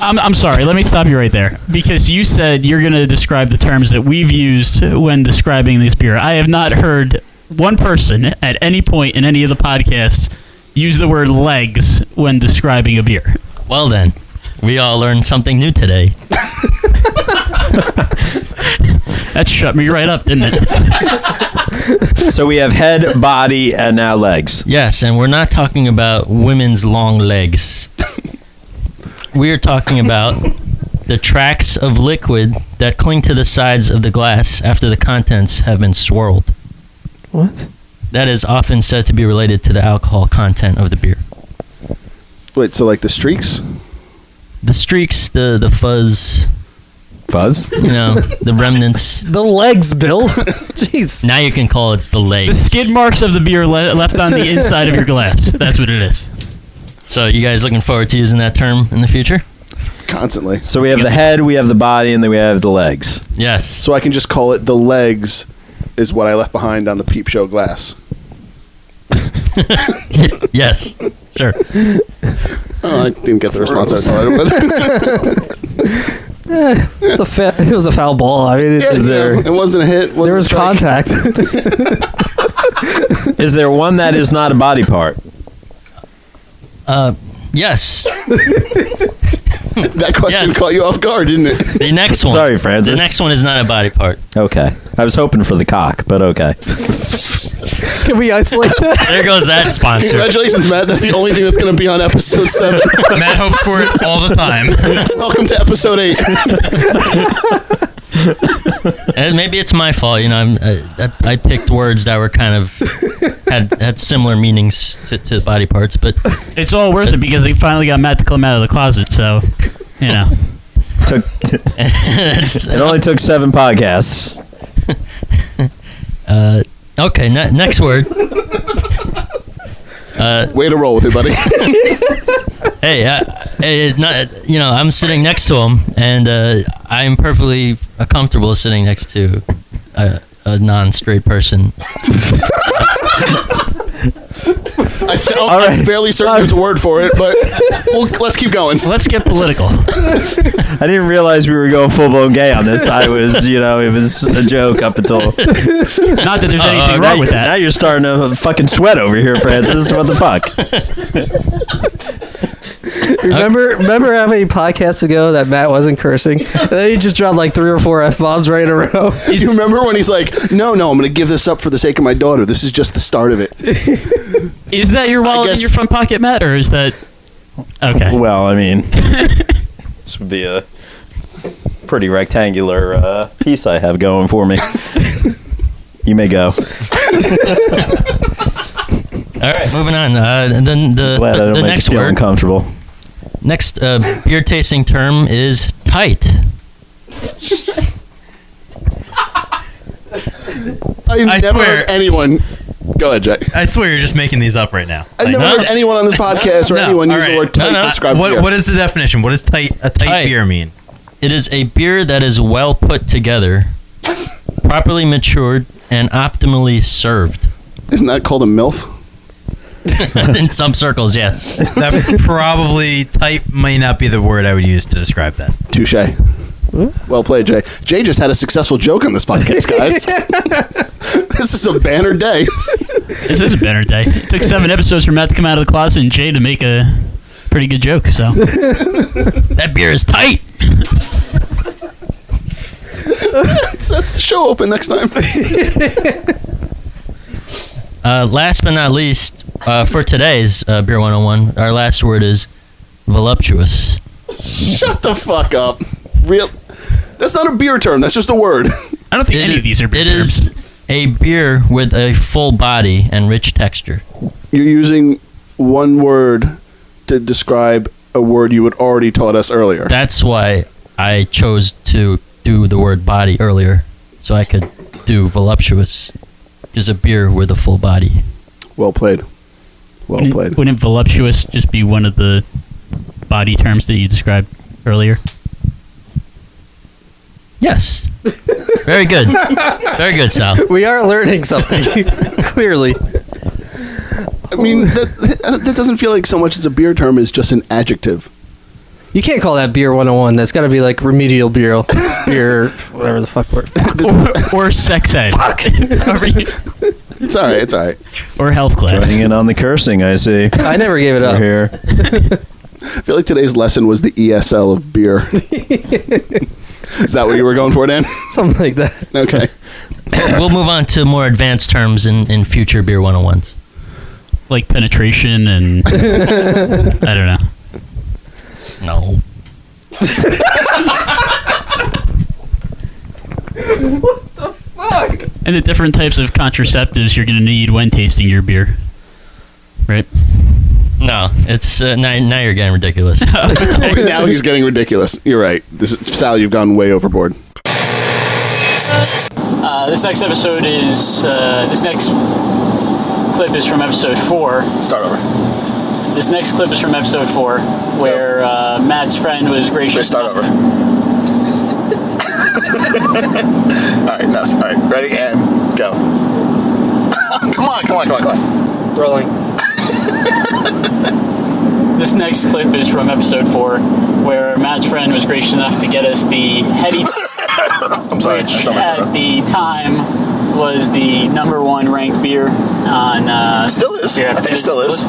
S8: I'm, I'm sorry. Let me stop you right there because you said you're going to describe the terms that we've used when describing this beer. I have not heard one person at any point in any of the podcasts use the word legs when describing a beer.
S18: well then, we all learned something new today.
S8: That shut me right up, didn't it?
S6: so we have head, body, and now legs.
S8: Yes, and we're not talking about women's long legs. we are talking about the tracks of liquid that cling to the sides of the glass after the contents have been swirled.
S9: What?
S8: That is often said to be related to the alcohol content of the beer.
S14: Wait, so like the streaks?
S8: The streaks, the the fuzz.
S6: Fuzz?
S8: You know, the remnants.
S9: the legs, Bill. Jeez.
S8: Now you can call it the
S13: The
S8: legs.
S13: skid marks of the beer le- left on the inside of your glass. That's what it is.
S8: So you guys looking forward to using that term in the future?
S14: Constantly.
S6: So we have the head, we have the body, and then we have the legs.
S8: Yes.
S14: So I can just call it the legs is what I left behind on the peep show glass.
S8: yes. Sure.
S14: Oh, I didn't get the response I
S9: Gross.
S14: thought. But
S9: Eh, it, was a fa- it was a foul ball. I mean, it,
S14: Yeah,
S9: is
S14: you
S9: there,
S14: know, it wasn't a hit. Wasn't
S9: there was contact.
S6: Is there one that is not a body part?
S8: Uh, yes.
S14: that question caught you off guard, didn't it?
S8: The next one.
S6: Sorry, Francis.
S8: The next one is not a body part.
S6: Okay. I was hoping for the cock, but okay.
S9: Can we isolate that?
S8: There goes that sponsor.
S14: Congratulations, Matt. That's the only thing that's going to be on episode seven.
S13: Matt hopes for it all the time.
S14: Welcome to episode eight.
S8: And maybe it's my fault. You know, I'm, I, I I picked words that were kind of had had similar meanings to, to the body parts, but
S13: It's all worth it because they finally got Matt to come out of the closet. So, you know,
S6: Took, it only took seven podcasts.
S8: uh, okay. Ne- next word. Uh,
S14: Way to roll with it, buddy.
S8: hey, uh, hey, it's not you know I'm sitting next to him, and uh, I'm perfectly uh, comfortable sitting next to a, a non-straight person.
S14: I am fairly certain there's a word for it, but we'll, let's keep going.
S13: Let's get political.
S6: I didn't realize we were going full blown gay on this. I was, you know, it was a joke up until.
S13: not that there's anything
S6: Uh, now
S13: wrong with
S6: you-
S13: that.
S6: Now you're starting to fucking sweat over here, Francis. What the fuck?
S9: remember,
S8: Uh,
S9: remember how many podcasts ago that Matt wasn't cursing? And then he just dropped like three or four f bombs right in a row.
S14: You remember when he's like, "No, no, I'm going to give this up for the sake of my daughter. This is just the start of it."
S13: Is that your wallet in your front pocket, Matt, or is that okay?
S6: Well, I mean, this would be a pretty rectangular uh, piece I have going for me. you may go.
S8: All right, moving on. Uh, and then the
S6: Glad I
S8: the,
S6: don't
S8: the
S6: make
S8: next
S6: you feel
S8: word,
S6: uncomfortable.
S8: next uh, beer tasting term is tight.
S14: I've
S10: I
S14: never
S10: swear.
S14: heard anyone. Go ahead, Jack.
S10: I swear you're just making these up right now.
S14: I've never heard anyone on this podcast or
S10: No,
S14: anyone
S10: all
S14: use the
S10: right.
S14: word tight
S10: No,
S14: to
S10: no.
S14: describe
S10: What,
S14: beer.
S10: what is the definition? What does tight a tight,
S8: Tight.
S10: beer mean?
S8: It is a beer that is well put together, properly matured, and optimally served.
S14: Isn't that called a milf?
S8: In some circles, yes.
S10: That probably tight may not be the word I would use to describe that.
S14: Touche. Well played, Jay. Jay just had a successful joke on this podcast, guys. this is a banner day.
S13: This is a banner day. It took seven episodes for Matt to come out of the closet and Jay to make a pretty good joke. So that beer is tight.
S14: that's, that's the show open next time.
S8: Uh, last but not least, uh, for today's uh, Beer 101, our last word is voluptuous.
S14: Shut the fuck up. Real. That's not a beer term. That's just a word.
S13: I don't think
S8: It
S13: any
S8: is-
S13: of these are beer
S8: It is
S13: terms.
S8: a beer with a full body and rich texture.
S14: You're using one word to describe a word you had already taught us earlier.
S8: That's why I chose to do the word body earlier, so I could do voluptuous, is a beer with a full body.
S14: Well played. Well
S6: Mm.
S13: Wouldn't-
S14: played.
S13: Wouldn't voluptuous just be one of the body terms that you described earlier?
S8: Yes. Very good. Very good, Sal.
S9: We are learning something, clearly.
S14: I mean, that, that doesn't feel like so much as a beer term as just an adjective.
S9: You can't call that beer 101. That's got to be like remedial beer, beer, whatever the fuck word.
S13: or, or sex ed.
S14: It's all right. It's all right.
S13: or health class.
S6: Joining in on the cursing, I see.
S9: I never gave it
S14: Oh.
S6: We're
S9: up.
S6: here.
S14: I feel like today's lesson was the ESL of beer. Is that what you were going for, Dan?
S9: Something like that.
S14: Okay.
S6: we'll, we'll move on to more advanced terms in, in future beer 101s.
S14: Like penetration and I don't know.
S6: No.
S14: And the different types of contraceptives you're going to need when tasting your beer. Right?
S6: No, it's uh, now, now you're getting ridiculous.
S1: now he's getting ridiculous. You're right. This is, Sal, you've gone way overboard.
S8: Uh, this next episode is uh, this next clip is from episode four.
S1: Start over.
S8: This next clip is from episode four, where uh, Matt's friend was gracious. Start over.
S1: All right, no, all right. Ready and go. come on, come on, come on, come on.
S8: Rolling. This next clip is from episode four, where Matt's friend was gracious enough to get us the heady. I'm
S1: sorry,
S8: which
S1: that's not my
S8: at the time was the number one ranked beer on. Uh,
S1: still is. I think it still is.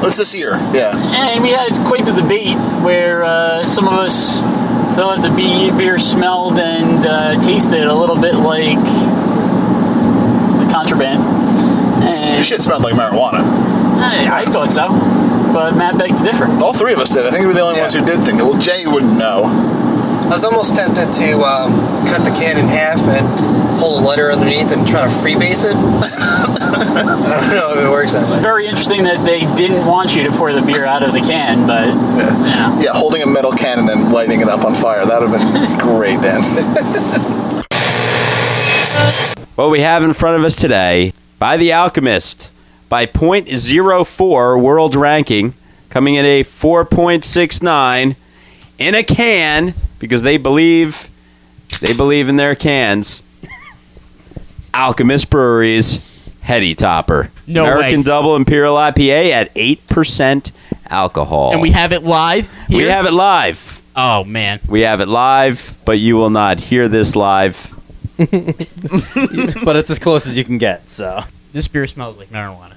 S1: What's this year? Yeah.
S8: And we had quite the debate where uh, some of us thought the be- beer smelled and uh, tasted a little bit like contraband.
S1: Your shit smelled like marijuana.
S8: I, I thought so, but Matt begged to differ.
S1: All three of us did. I think we were the only ones who did think. Well, Jay wouldn't know.
S3: I was almost tempted to um, cut the can in half and hold a letter underneath and try to freebase it. I don't know if it works that
S8: It's very interesting that they didn't want you to pour the beer out of the can, but yeah.
S1: Yeah, holding a metal can and then lighting it up on fire. That would have been great, Dan.
S13: What we have in front of us today, by The Alchemist, by .04 world ranking, coming at a 4.69 in a can because they believe they believe in their cans. Alchemist Breweries Heady Topper.
S14: No
S13: American
S14: way.
S13: Double Imperial IPA at 8% alcohol.
S14: And we have it live?
S13: We
S14: here?
S13: have it live.
S14: Oh, man.
S13: We have it live, but you will not hear this live.
S10: but it's as close as you can get. So
S14: This beer smells like marijuana.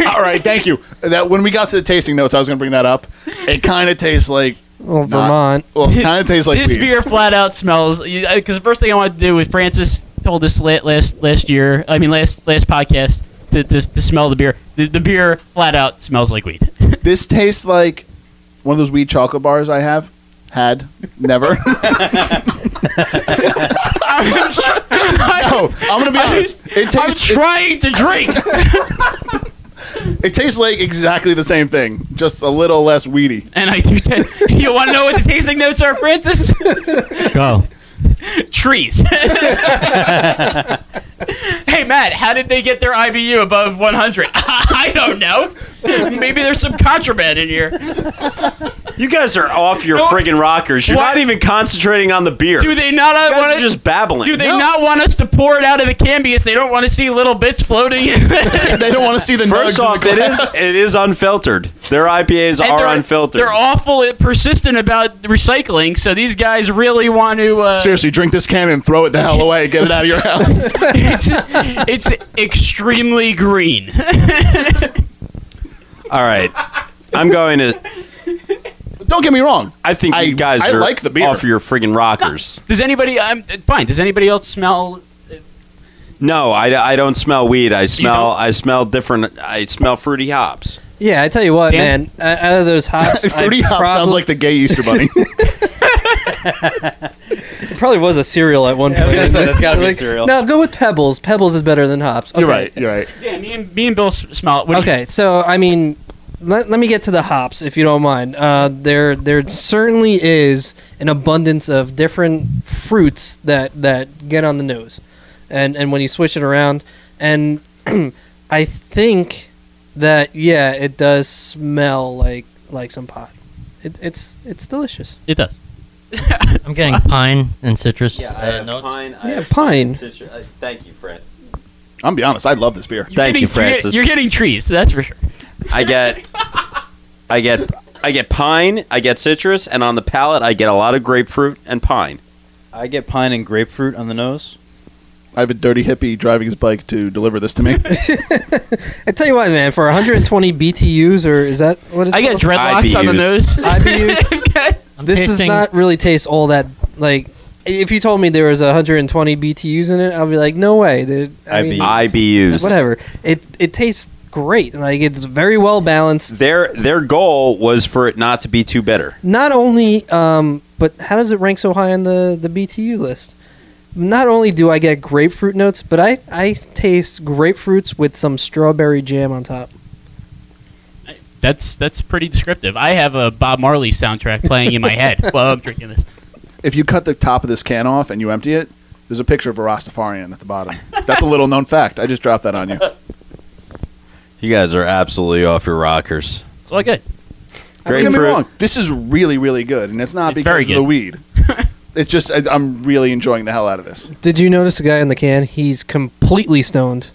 S1: All right, thank you. That when we got to the tasting notes, I was going to bring that up. It kind of tastes like
S9: well,
S1: not-
S9: Vermont.
S1: well, it kind of tastes like
S14: this
S1: weed.
S14: beer flat out smells because the first thing I wanted to do was Francis told us la- last last year. I mean last last podcast to, to, to smell the beer. The, the beer flat out smells like weed.
S1: This tastes like one of those weed chocolate bars I have had. Never. no, I'm gonna be honest. It tastes.
S14: I'm trying to drink.
S1: It tastes like exactly the same thing, just a little less weedy.
S14: And I do. T- you want to know what the tasting notes are, Francis?
S6: Go.
S14: Trees. hey Matt, how did they get their IBU above 100? I don't know. Maybe there's some contraband in here.
S13: You guys are off your friggin' rockers. You're not even concentrating on the beer.
S14: Do they not
S13: You
S14: uh,
S13: guys
S14: want
S13: are
S14: us-
S13: just babbling.
S14: Do they not want us to pour it out of the can because they don't want to see little bits floating? in
S1: They don't want to see the
S13: First
S1: nugs in
S13: off,
S1: the
S13: it is
S1: glass.
S13: it is unfiltered. Their IPAs
S14: And
S13: are
S14: they're-
S13: unfiltered.
S14: They're awful at persistent about recycling, so these guys really want to. Uh,
S1: Seriously, drink this can and throw it the hell away. Get it out of your house.
S14: it's, it's extremely green.
S13: All right, I'm going to.
S1: Don't get me wrong.
S13: I think
S1: I-
S13: you guys
S1: I
S13: are
S1: like the beer.
S13: off your friggin' rockers.
S14: Does anybody? I'm fine. Does anybody else smell?
S13: No, I, I don't smell weed. I smell I smell different. I smell fruity hops.
S9: Yeah, I tell you what,
S13: Dan?
S9: man. uh, Out of those hops,
S1: Fruity hop sounds like the gay Easter bunny.
S9: it probably was a cereal at one
S10: I was
S9: point.
S10: gonna say, that's gotta be a
S9: Like,
S10: cereal.
S9: No, go with Pebbles. Pebbles is better than hops.
S1: You're
S9: Okay.
S1: right. You're right.
S14: Yeah, me and me and Bill s- smell. it. What do you-
S9: Okay, so I mean, let, let me get to the hops if you don't mind. Uh, there there certainly is an abundance of different fruits that that get on the nose, and and when you switch it around, and I think that yeah, it does smell like like some pot. It, it's it's delicious.
S14: It does.
S6: I'm getting pine and citrus. Yeah,
S13: pine.
S9: Yeah, pine.
S13: Thank you, Fred.
S1: I'm gonna be honest. I love this beer.
S13: Thank
S14: getting-
S13: you, Francis.
S14: You're, getting trees, so that's for sure.
S13: I get, I get, I get pine. I get citrus, and on the palate, I get a lot of grapefruit and pine.
S10: I get pine and grapefruit on the nose.
S1: I have a dirty hippie driving his bike to deliver this to me.
S9: I tell you what, man, for 120 BTUs or is that what? It's
S14: I get
S9: called?
S14: dreadlocks on the
S13: IBUs.
S14: nose.
S9: IBUs.
S14: Okay.
S9: this does not really taste all that like if you told me there was 120 BTUs in it, I'd be like, no way. There- I mean,
S6: IBUs.
S9: Whatever. It it tastes great. Like it's very well balanced.
S6: Their their goal was for it not to be too bitter.
S9: Not only, um, but how does it rank so high on the the BTU list? Not only do I get grapefruit notes, but I I taste grapefruits with some strawberry jam on top.
S14: That's that's pretty descriptive. I have a Bob Marley soundtrack playing in my head while I'm drinking this.
S1: If you cut the top of this can off and you empty it, there's a picture of a Rastafarian at the bottom. That's a little known fact. I just dropped that on you.
S6: You guys are absolutely off your rockers.
S14: It's all good.
S1: Don't get me
S6: Grapefruit.
S1: wrong. This is really, really good, and it's not
S6: It's very
S1: because of the
S6: good.
S1: weed. it's just I, I'm really enjoying the hell out of this.
S9: Did you notice the guy in the can? He's completely stoned.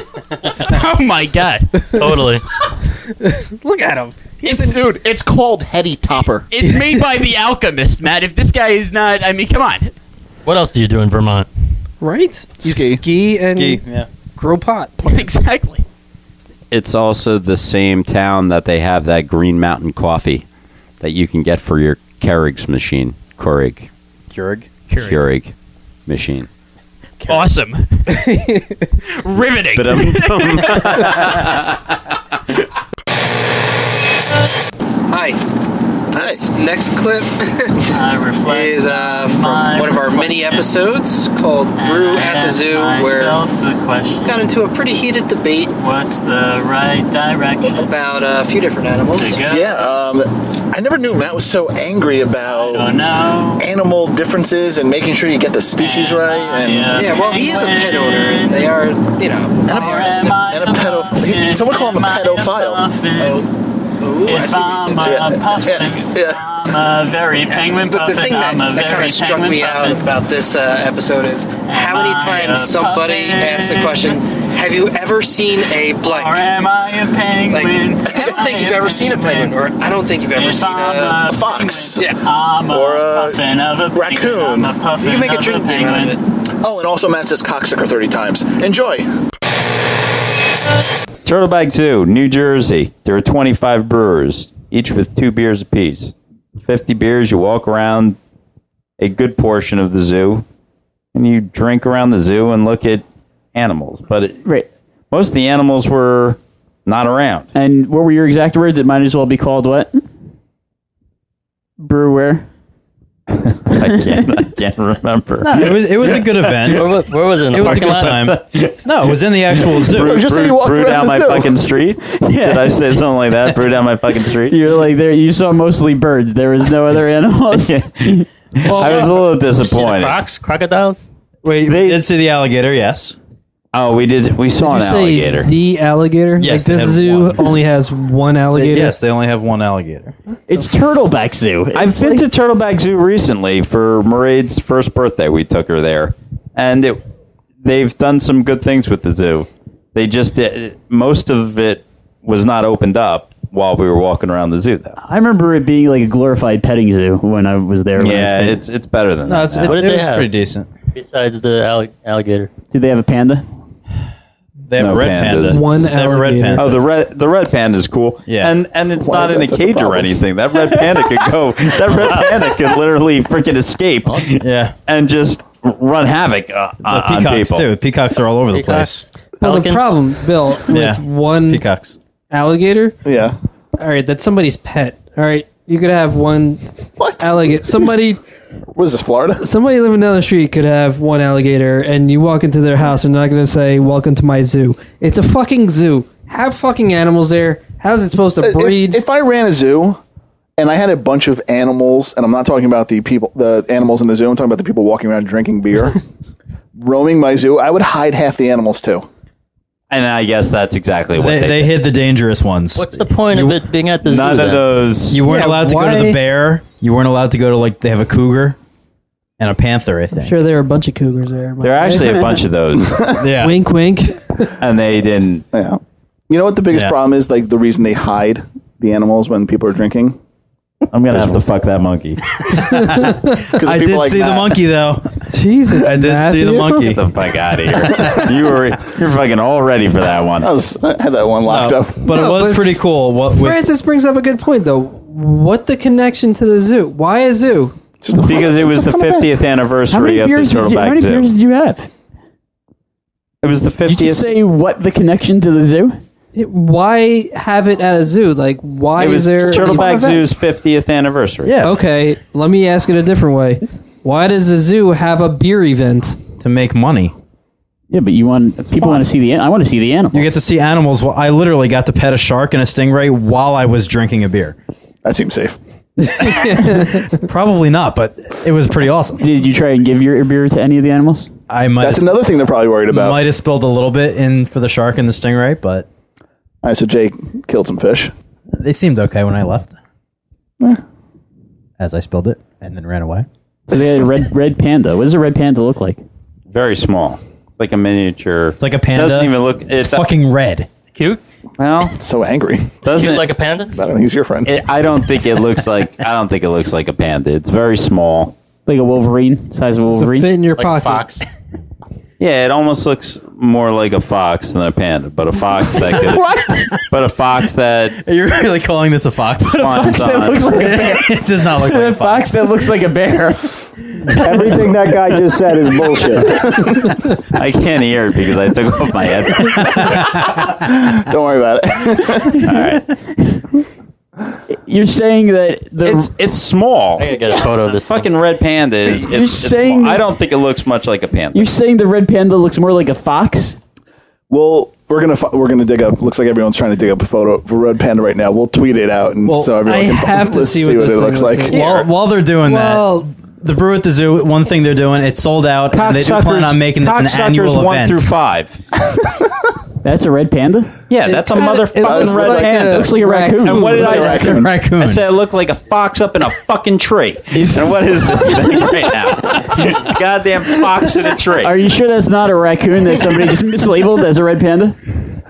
S14: oh my god!
S22: Totally.
S9: Look at him.
S1: It's, dude, it's called Heady Topper.
S14: It's made by the Alchemist, Matt. If this guy is not, I mean, come on.
S22: What else do you do in Vermont?
S9: Right? You ski, and
S22: Ski,
S9: yeah. grow pot.
S14: exactly.
S6: It's also the same town that they have that Green Mountain coffee that you can get for your Keurig's machine. Keurig.
S10: Keurig?
S6: Keurig, machine.
S14: Awesome. Riveting.
S3: Hi. This next clip is uh, from one of our mini episodes called Brew at the Zoo, where
S8: the question.
S3: got into a pretty heated debate.
S8: What's the right direction?
S3: About uh, a few different animals.
S8: Yeah,
S1: um, I never knew Matt was so angry about animal differences and making sure you get the species right. And
S3: Yeah, well, he is a pet owner. and They are, you know, and a, and a pedo. Someone call him a pedophile. Oh, I
S8: If
S3: see
S8: I'm
S3: what you did
S8: a
S3: there.
S8: puffin, I'm a very penguin
S3: But the
S8: puffin.
S3: thing that,
S8: I'm a
S3: that kind
S8: very
S3: of struck
S8: penguin
S3: me out
S8: puffin.
S3: about this uh, episode is how many times somebody asked the question, "Have you ever seen a blank?" Or
S8: am I a penguin?
S3: Like, I don't think you've ever seen a penguin, or I don't think you've ever seen a, fox. Yeah,
S8: I'm
S3: or a,
S8: puffin of a
S1: raccoon.
S8: puffin
S1: You can make
S8: of
S1: a
S8: a
S1: drink game out of it. Oh, and also Matt says cocksucker 30 times. Enjoy.
S6: Turtle Bag Zoo, New Jersey. There are 25 brewers, each with two beers apiece. 50 beers, you walk around a good portion of the zoo and you drink around the zoo and look at animals. But it, most of the animals were not around.
S13: And what were your exact words? It might as well be called what? Brewer.
S6: I can't, I can't remember.
S10: No, it was- it was a good event. Where
S22: wa- where was it? In the
S10: It was a
S22: parking
S10: good
S22: lot?
S10: time. No, it was in the actual zoo.
S6: Brew, brew- brew down my fucking street. Did I say something like that? Brew down my fucking street.
S13: You're like there. You saw mostly birds. There was no other animals.
S6: I was a little disappointed.
S22: Crocs, crocodiles.
S10: Wait, they did see the alligator. Yes.
S6: Oh, we did. We saw
S10: Did
S6: an
S10: you say
S6: alligator.
S9: The alligator?
S10: Yes,
S9: like
S10: they
S9: this
S10: have
S9: zoo only has one alligator.
S10: Yes, they only have one alligator.
S13: It's Turtleback Zoo.
S6: I've been to Turtleback Zoo recently for Maraid's first birthday. We took her there, and it, they've done some good things with the zoo. They just did, most of it was not opened up while we were walking around the zoo, though.
S13: I remember it being like a glorified petting zoo when I was there. when I was
S6: Yeah,
S13: a kid.
S6: it's it's better than
S13: No,
S6: that.
S13: it's- it's-
S6: now.
S13: What did it they was have? pretty decent.
S22: Besides the alli- alligator.
S13: Did they have a panda?
S10: They have a red panda.
S13: One
S10: They have a red
S13: alligator.
S10: panda.
S6: Oh, the red the red panda is cool.
S10: Yeah.
S6: and and it's
S10: Why
S6: not
S10: is
S6: in
S10: that
S6: a
S10: such a
S6: cage or
S10: problem?
S6: anything. That red panda could go. That red panda could literally freaking escape.
S10: Yeah,
S6: and just run havoc uh,
S10: The
S6: on on
S10: peacocks
S6: people.
S10: too. Peacocks are all over the place.
S9: Well, the problem, Bill, with
S10: Yeah.
S9: one
S10: peacocks
S9: alligator.
S1: Yeah.
S9: All right, that's somebody's pet. All right, you could have one alligator. Somebody.
S1: What is this, Florida?
S9: Somebody living down the street could have one alligator, and you walk into their house, and they're not going to say, "Welcome to my zoo." It's a fucking zoo. Have fucking animals there. How's it supposed to
S1: Uh, If-
S9: breed?
S1: If, I ran a zoo and I had a bunch of animals, and I'm not talking about the people, the animals in the zoo. I'm talking about the people walking around drinking beer, roaming my zoo. I would hide half the animals too.
S6: And I guess that's exactly what
S10: They,
S6: they,
S10: they hit the dangerous ones.
S22: What's the point of it being at the zoo?
S6: None of
S22: then?
S6: those.
S10: You weren't
S22: Yeah,
S10: allowed to go to
S22: why-
S10: the bear. You weren't allowed to go to like they have a cougar and a panther. I think.
S9: sure, there are a bunch of cougars there.
S6: There are actually a bunch of those.
S10: yeah.
S9: Wink, wink.
S6: And they didn't.
S1: Yeah. You know what the biggest
S6: Yeah.
S1: problem is? Like the reason they hide the animals when people are drinking.
S6: I'm gonna have to fuck that monkey.
S10: I did see the monkey though.
S9: Jesus,
S10: I did see the monkey.
S6: Get the fuck out of here! you were you're fucking all ready for that one.
S14: Oh,
S1: I, was, I had that one locked
S10: No,
S1: up.
S10: But it
S9: No,
S10: was
S9: but-
S10: pretty cool. What with
S9: Francis brings up a good point, though. What the connection to the zoo? Why a zoo?
S6: because it was the
S14: Come on.
S6: 50th
S14: How many
S6: anniversary of the
S14: beers did you, How
S6: Turtleback
S14: many beers
S6: Zoo.
S14: did you have?
S6: It was the 50th.
S14: Did you say what the connection to the zoo?
S9: It- why have it at a zoo? Like, why
S6: It
S9: is
S6: was
S9: there
S6: Turtleback Zoo's 50th anniversary.
S9: Yeah. Okay. Let me ask it a different way. Why does the zoo have a beer event
S10: to make money?
S14: Yeah, but you want people want to see the. an- I want to see the animal.
S10: You get to see animals. Well, I literally got to pet a shark and a stingray while I was drinking a beer.
S1: That seems safe.
S10: Probably not, but it was pretty awesome.
S14: Did you try and give your beer to any of the animals?
S10: I might.
S1: That's another thing they're probably worried about.
S10: Might have spilled a little bit in for the shark and the stingray, but
S1: All right, so Jake killed some fish.
S10: They seemed okay when I left.
S14: Eh.
S10: As I spilled it and then ran away.
S14: So they had a red red panda. What does a red panda look like?
S6: Very small. It's like a miniature. It's
S10: like a
S6: panda. Doesn't even look. It's
S10: fucking red.
S6: Cute. Well,
S1: so angry.
S6: Doesn't
S23: He's like a panda.
S1: I don't think he's your friend.
S6: It, I don't think it looks like. I don't think it looks like a panda. It's very small.
S14: Like a wolverine, size of a wolverine.
S9: fit in your pocket.
S6: Yeah, it almost looks more like a fox than a panda, but a fox that could. what? But a fox that.
S10: Are you really calling this a fox?
S6: But a
S13: fox that looks like a bear.
S10: it does not look like a fox.
S14: that looks like a bear.
S13: Everything that guy just said is bullshit.
S6: I can't hear it because I took off my head.
S1: Don't worry about it.
S6: All right.
S14: You're saying that the
S6: It's it's small. I
S23: gotta get a photo of this.
S6: Fucking red panda is. It's,
S14: You're
S6: it's
S14: saying
S6: small. I
S14: this-
S6: don't think it looks much like a panda.
S14: You're saying the red panda looks more like a fox?
S1: Well, we're gonna fi- we're gonna dig up. Looks like everyone's trying to dig up a photo of a red panda right now. We'll tweet it out, and
S10: Well,
S1: so everyone
S10: I
S1: can
S10: have to
S1: let's
S10: see what
S1: what,
S10: this
S1: it
S10: thing
S1: looks like.
S10: looks like. While- while they're doing that, The brew at the zoo. One thing they're doing, it's sold out, and they do plan on making this an annual
S6: one
S10: event.
S6: through five.
S14: That's a red panda?
S6: Yeah, that's a motherfucking red panda.
S14: looks like a raccoon.
S6: And what did I
S14: It's
S6: say?
S14: a
S10: raccoon.
S6: I said I look like a fox up in a fucking tree. and what is this thing right now? It's a goddamn fox in a tree.
S14: Are you sure that's not a raccoon that somebody just mislabeled as a red panda?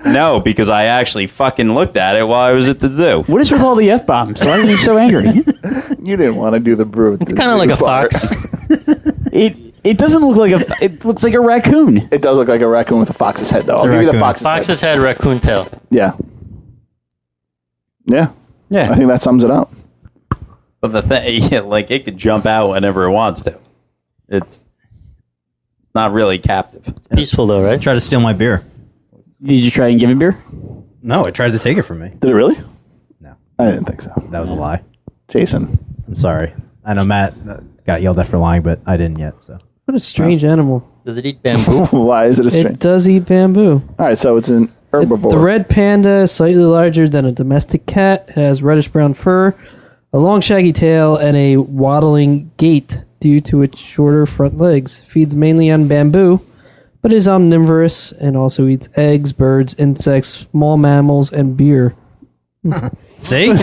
S6: No, because I actually fucking looked at it while I was at the zoo.
S14: What is with all the f bombs? Why are you so angry?
S1: You didn't want to do the brew. It's
S14: kinda like a
S1: fox.
S14: it it doesn't look like a. It looks like a raccoon.
S1: It does look like a raccoon with a fox's head, though.
S23: It's a
S1: Maybe the
S23: raccoon.
S1: fox's,
S23: Fox's
S1: head.
S23: head, raccoon tail.
S1: Yeah. Yeah.
S6: Yeah.
S1: I think that sums it up.
S6: But the thing, yeah, like it could jump out whenever it wants to. It's not really captive.
S23: Peaceful though, right?
S10: Try to steal my beer.
S14: Did you try and give him beer?
S10: No, it tried to take it from me.
S1: Did it really? No, I didn't think so.
S10: That was a lie.
S1: Jason,
S10: I'm sorry. I know Matt uh, got yelled at for lying, but I didn't yet. So
S9: What a strange animal.
S23: Does it eat bamboo?
S1: Why is it a strange?
S9: It does eat bamboo.
S1: All right, so it's an herbivore.
S9: The red panda is slightly larger than a domestic cat. It has reddish brown fur, a long shaggy tail, and a waddling gait due to its shorter front legs. Feeds mainly on bamboo, but is omnivorous and also eats eggs, birds, insects, small mammals, and beer.
S10: See?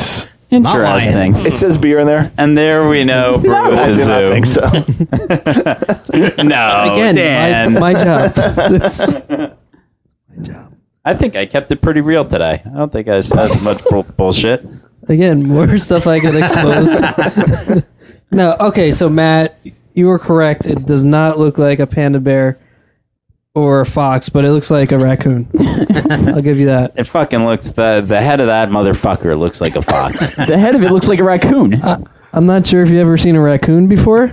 S9: Not lying.
S6: Interesting.
S1: It says beer in there.
S6: And there we know. Brew
S1: No,
S6: at
S1: I
S6: the
S1: do not
S6: zoo.
S1: think so.
S6: no,
S9: Again, my-
S6: Dan.
S9: my job.
S6: I think I kept it pretty real today. I don't think I said much bull- bullshit.
S9: Again, more stuff I can expose. no, okay, so Matt, you were correct. It does not look like a panda bear or a fox, but it looks like a raccoon. I'll give you that.
S6: It fucking looks the the head of that motherfucker looks like a fox.
S14: The head of it looks like a raccoon.
S9: I'm not sure if you've ever seen a raccoon before.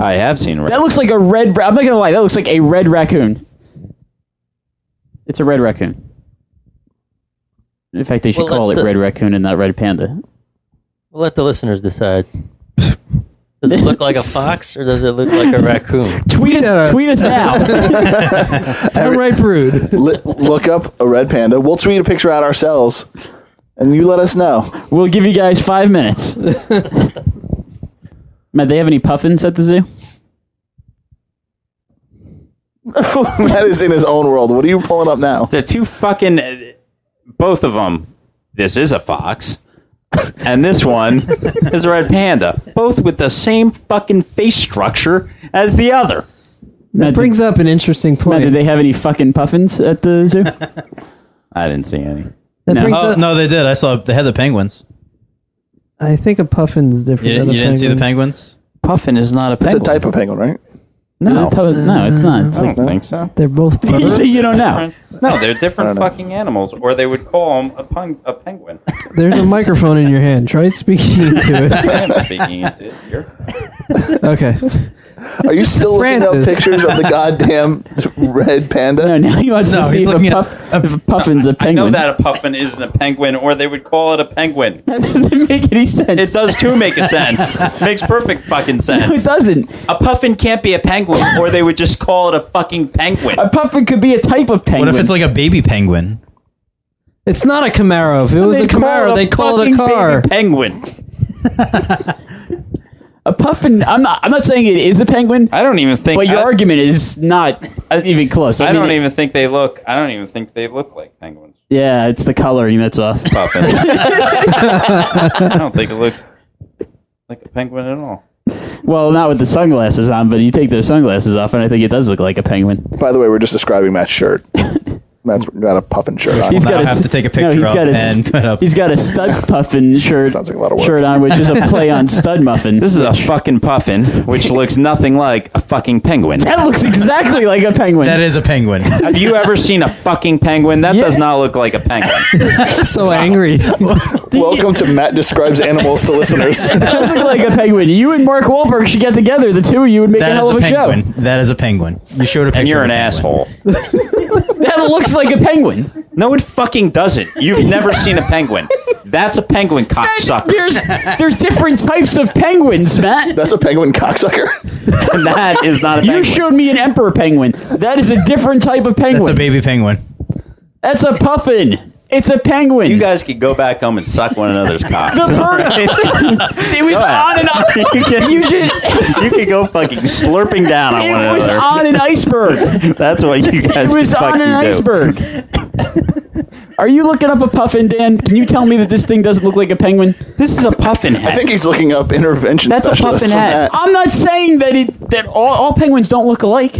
S6: I have seen.
S14: That looks like a red. ra- I'm not gonna lie. Oh, That looks like a red raccoon. It's a red raccoon. In fact, they should
S23: Well,
S14: call
S23: uh,
S14: it
S23: the-
S14: red raccoon and not red panda.
S23: We'll let the listeners decide. Does it look like a fox or does it look like a raccoon?
S14: Tweet us. Tweet us now.
S9: Downright rude.
S1: look up a red panda. We'll tweet a picture out ourselves, and you let us know.
S14: we'll give you guys five minutes. Matt, they have any puffins at the zoo?
S1: that is in his own world. What are you pulling up now?
S6: They're two fucking. Both of them. This is a fox, and this one is a red panda. Both with the same fucking face structure as the other.
S14: Matt, did-
S9: Brings up an interesting
S14: Matt,
S9: point.
S14: did they have any fucking puffins at the zoo?
S6: I didn't see any.
S14: No. brings
S10: Oh,
S14: up-
S10: no, they did. I saw they had the penguins.
S9: I think a puffin's different.
S10: You,
S9: than a
S10: you didn't see the
S9: penguin.
S10: penguins?
S6: Puffin is not a
S1: That's a type of penguin, right?
S14: No, no, it's not. It's
S6: I
S14: like-
S6: don't think so.
S14: They're both. you say you don't know.
S6: No, they're different
S14: I don't know.
S6: fucking animals, or they would call them a, pung- a penguin.
S9: There's a microphone in your hand. Try speaking into
S6: I am
S9: it.
S6: speaking into it here.
S9: okay.
S1: Are you still looking up
S9: Francis.
S1: pictures of the goddamn red panda?
S14: No, now you want to
S6: No,
S14: see
S6: he's
S14: if
S6: looking
S14: a, puff, if a puffin's a
S6: I know
S14: penguin.
S6: that a puffin isn't a penguin, or they would call it a penguin.
S14: That doesn't make any sense.
S6: It does too make a sense. Makes perfect fucking sense.
S14: No, it doesn't.
S6: A puffin can't be a penguin, or they would just call it a fucking penguin.
S14: A puffin could be a type of penguin.
S10: What if it's like a baby penguin?
S9: It's not a Camaro. If it was a
S14: They'd call
S9: Camaro,
S14: it a
S9: they'd call it
S14: fucking
S9: a car.
S14: baby
S6: penguin.
S14: a puffin? I'm not. I'm not saying it is a penguin.
S6: I don't even think.
S14: But your
S6: I-
S14: argument is not even close.
S6: I,
S14: mean,
S6: don't even think they look. I don't even think they look like penguins.
S14: Yeah, it's the coloring that's off.
S6: Puffins. I don't think it looks like a penguin at all.
S14: Well, not with the sunglasses on, but you take those sunglasses off, and I think it does look like a penguin.
S1: By the way, we're just describing Matt's shirt. Matt's got a puffin shirt on.
S14: He's got
S1: a
S14: s- no, he's got a s- He's got a stud puffin shirt. Sounds like a lot of work. Shirt on, which is a play on stud muffin.
S6: This is a fucking puffin, which looks nothing like a fucking penguin.
S14: That looks exactly like a penguin.
S10: That is a penguin.
S6: Have you ever seen a fucking penguin? That does not look like a penguin.
S9: so angry.
S1: Welcome to Matt describes animals to listeners.
S14: It does look like a penguin. You and Mark Wahlberg should get together. The two of you would make
S10: That
S14: a
S10: is
S14: hell of a, show.
S10: penguin. That is a penguin. You showed a picture.
S6: you're
S10: of
S6: an
S10: a penguin.
S6: asshole.
S14: That looks like a penguin.
S6: No, it fucking doesn't. You've never seen a penguin. That's a penguin cocksucker.
S14: There's there's different types of penguins, Matt.
S1: That's a penguin cocksucker.
S6: And that is not a
S14: You
S6: penguin.
S14: showed me an emperor penguin. That is a different type of penguin.
S10: That's a baby penguin.
S14: That's a puffin. It's a penguin.
S6: You guys could go back home and suck one another's cock.
S14: The bird. it was
S6: Go ahead.
S14: on and off.
S6: you, could,
S14: You just.
S6: you could go fucking slurping down on one
S14: It was
S6: another.
S14: on an iceberg.
S6: That's what you guys
S14: It was
S6: could
S14: on
S6: fucking
S14: an
S6: do.
S14: iceberg. Are you looking up a puffin, Dan? Can you tell me that this thing doesn't look like a penguin?
S6: This is a puffin
S1: I think he's looking up intervention
S14: That's a
S1: specialist
S14: puffin
S1: from
S14: hat.
S1: Matt.
S14: I'm not saying that it that all, all penguins don't look alike.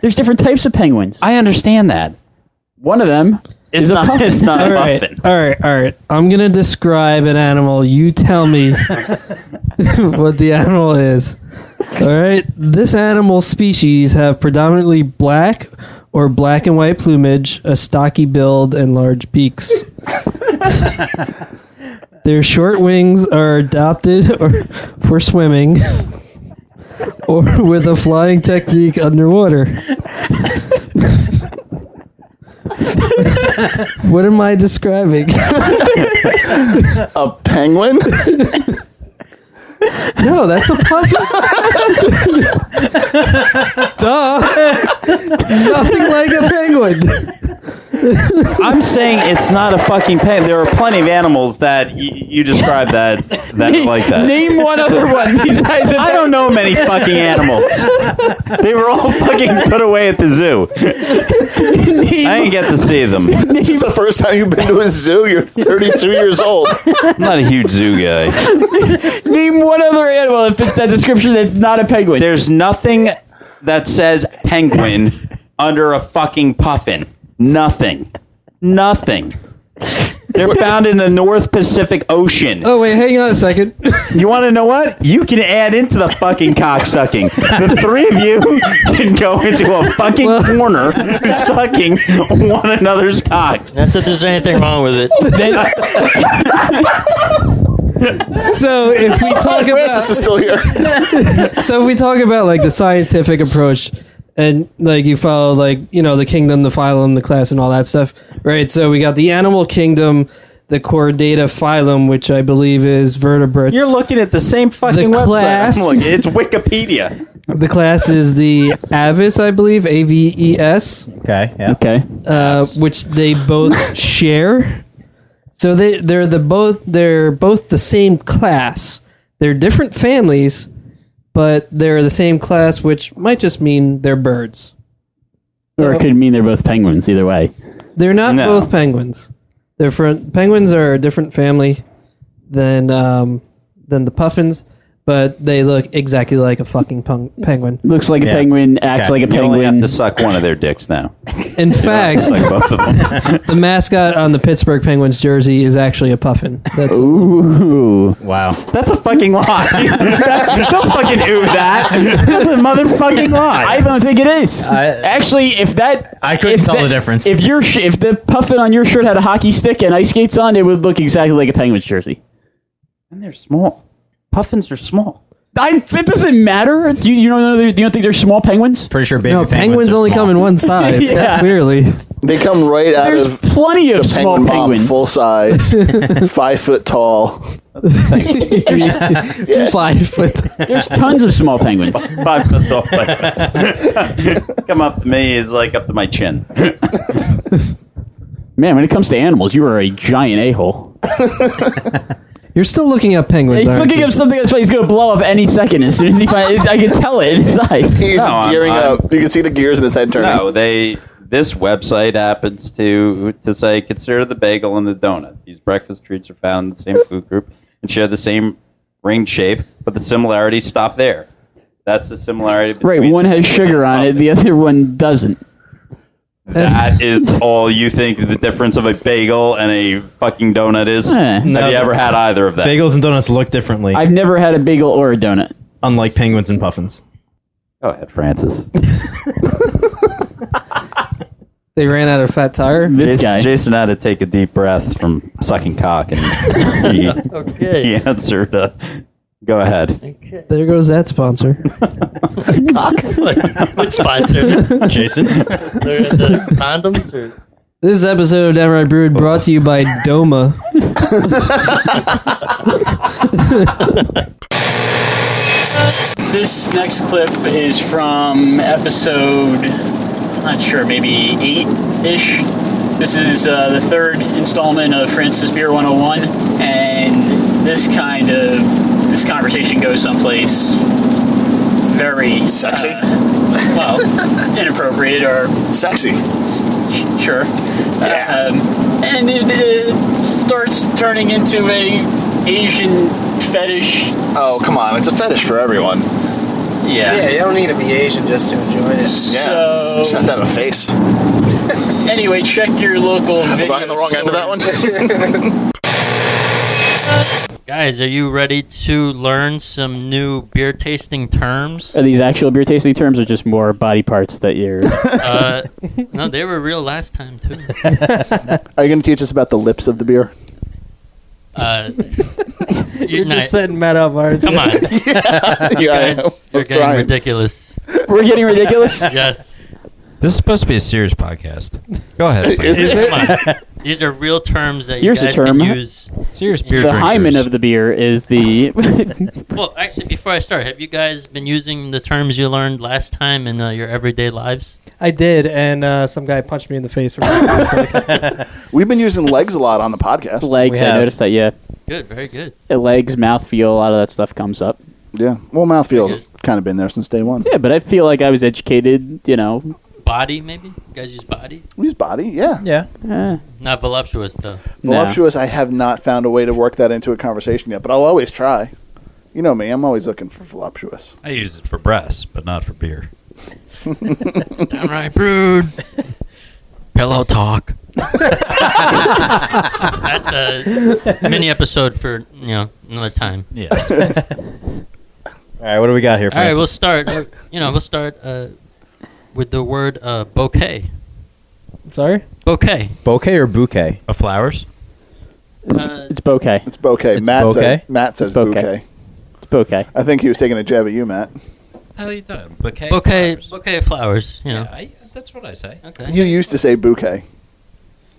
S14: There's different types of penguins.
S6: I understand that.
S14: One of them
S6: It's
S14: is
S6: not-
S14: a puffin.
S6: it's not
S9: all right, all right, all right. I'm gonna describe an animal. You tell me what the animal is. All right. This animal species have predominantly black or black and white plumage, a stocky build, and large beaks. Their short wings are adopted or for swimming or with a flying technique underwater. what am I describing?
S1: a penguin?
S9: no, that's a puppy. Duh. Nothing like a penguin.
S6: I'm saying it's not a fucking penguin. There are plenty of animals that y- you describe that that are like that.
S14: Name one other one besides a
S6: I don't know many fucking animals. They were all fucking put away at the zoo. I didn't get to see them.
S1: this is the first time you've been to a zoo. You're 32 years old.
S6: I'm not a huge zoo guy.
S14: Name one other animal that fits that description that's not a penguin.
S6: There's nothing that says penguin under a fucking puffin. Nothing. Nothing. They're found in the North Pacific Ocean.
S9: Oh wait, hang on a second.
S6: You want to know what? You can add into the fucking cocksucking. The three of you can go into a fucking corner sucking one another's cock.
S8: Not that there's anything wrong with it.
S9: So if we talk about
S1: Francis is still here.
S9: so if we talk about like the scientific approach and like you follow like you know the kingdom the phylum the class and all that stuff right so we got the animal kingdom the chordata phylum which i believe is vertebrates
S6: You're looking at the same fucking website.
S9: class-
S6: I'm looking- it's Wikipedia.
S9: the class is the avis i believe E a-v-e-s
S10: Okay. Yeah.
S14: Okay.
S9: uh, which they both share. So they they're the both they're both the same class. They're different families, but they're the same class, which might just mean they're birds.
S14: Or it could mean they're both penguins. Either way.
S9: They're not
S14: No.
S9: both penguins. They're fr- penguins are a different family than um, than the puffins, but they look exactly like a fucking pung- penguin.
S14: Looks like
S6: Yeah.
S14: a penguin,
S6: Okay,
S14: acts like a
S6: You only
S14: penguin.
S6: have to suck one of their dicks now.
S9: In fact,
S6: It's like both of them.
S9: the mascot on the Pittsburgh Penguins jersey is actually a puffin. That's
S14: Ooh.
S10: Wow.
S6: That's a fucking lie. Don't fucking ooh that. That's a motherfucking lie.
S14: I don't think it is.
S10: I-
S14: Actually, if that
S10: I couldn't
S14: if
S10: tell
S14: that-
S10: the difference.
S14: If your sh- if the puffin on your shirt had a hockey stick and ice skates on, it would look exactly like a penguin's jersey.
S6: And they're small. Puffins are small.
S14: I, it doesn't matter. Do you, you don't know? they- You don't think they're small penguins?
S10: Pretty sure baby
S9: no, penguins, only come in one size.
S14: Yeah.
S9: Clearly,
S1: They come right out
S14: There's
S1: of
S14: plenty of
S1: the
S14: small
S1: penguin mom,
S14: penguins.
S1: full size, five foot tall.
S9: five foot.
S14: There's tons of small penguins.
S6: Five foot tall penguins. Come up to me is like up to my chin.
S14: Man, when it comes to animals, you are a giant a hole.
S9: you're still looking at penguins.
S14: He's
S9: aren't
S14: looking
S9: you?
S14: up something that's why he's gonna blow up any second. As soon as he finds, I can tell it in his eyes.
S1: He's
S6: No, I'm-
S1: gearing
S6: I'm-
S1: up. You can see the gears in his head turning.
S6: No, they. This website happens to to say consider the bagel and the donut. These breakfast treats are found in the same food group and share the same ring shape, but the similarities stop there. That's the similarity.
S14: Right,
S6: between
S14: one
S6: the
S14: has
S6: two.
S14: sugar on it, the other one doesn't.
S6: That is all you think the difference of a bagel and a fucking donut is.
S14: Eh.
S6: Have
S14: No,
S6: you ever had either of that?
S10: Bagels and donuts look differently,
S14: I've never had a bagel or a donut.
S10: unlike penguins and puffins.
S6: Go ahead, Francis.
S9: They ran out of fat tire.
S6: Jason, Jason had to take a deep breath from sucking cock, and he, he answered. Uh, go ahead.
S9: There goes that sponsor.
S13: Which sponsor?
S10: Jason?
S13: The- the condoms or
S9: This episode of Downright Brewed brought to you by Doma.
S8: This next clip is from episode, I'm not sure, maybe eight ish. This is uh, the third installment of Francis Beer 101, and this kind of this conversation goes someplace very sexy. well, inappropriate or
S1: sexy.
S8: Sure. Yeah. Um, and it, it starts turning into a Asian fetish.
S1: Oh come on, it's a fetish for everyone.
S8: Yeah.
S3: Yeah, you don't need to be Asian just to enjoy it.
S1: Yeah, just have to have a face.
S8: Anyway, check your local. Am
S1: I on the wrong end of that one?
S13: guys, are you ready to learn some new beer tasting terms?
S14: Are these actual beer tasting terms or just more body parts that you're.
S13: Uh, no, they were real last time too.
S1: Are you going to teach us about the lips of the beer?
S13: Uh,
S9: You're
S13: not-
S9: just setting Matt up, aren't you?
S13: Come
S1: Yeah,
S13: on. you guys,
S1: I was
S13: you're getting
S1: trying.
S13: ridiculous.
S14: We're getting ridiculous?
S13: Yes.
S24: This is supposed to be a serious podcast. Go ahead. please.
S1: Is it?
S13: Come on. These are real terms that
S14: Here's
S13: you
S14: a
S13: guys
S14: term.
S13: can use.
S24: Serious beer
S14: the
S24: drinkers.
S14: hymen of the beer is the.
S13: Well, actually, before I start, have you guys been using the terms you learned last time in uh, your everyday lives?
S9: I did, and uh, some guy punched me in the face. For I
S1: We've been using legs a lot on the podcast.
S14: legs, I noticed that, yeah.
S13: Good, very good.
S14: Uh, Legs, mouthfeel, a lot of that stuff comes up.
S1: Yeah. Well, mouthfeel's kind of been there since day one.
S14: Yeah, but I feel like I was educated, you know.
S13: Body, maybe? You guys use body?
S1: We use body. Yeah.
S9: Yeah.
S14: eh.
S13: Not voluptuous, though.
S1: Voluptuous. I have not found a way to work that into a conversation yet, but I'll always try. You know me. I'm always looking for voluptuous.
S24: I use it for breasts, but not for beer.
S13: Downright brood. Pillow talk. That's a mini episode for you know another time.
S24: Yeah.
S10: All right, what do we got here,
S13: All right,
S10: Francis?
S13: we'll start. uh, You know, we'll start uh, with the word uh, bouquet.
S9: Sorry.
S13: Bouquet.
S10: Bouquet or bouquet?
S24: Of flowers?
S14: It's bokeh.
S1: It's bouquet. Matt says.
S10: bouquet?
S1: Matt says
S14: It's bouquet.
S1: bouquet.
S14: It's bokeh.
S1: I think he was taking a jab at you, Matt.
S24: How are you doing? Bouquet. of
S13: Bouquet.
S24: flowers.
S13: Bouquet of flowers. You know.
S24: Yeah, I, that's what I say.
S13: Okay.
S1: You used to say bouquet.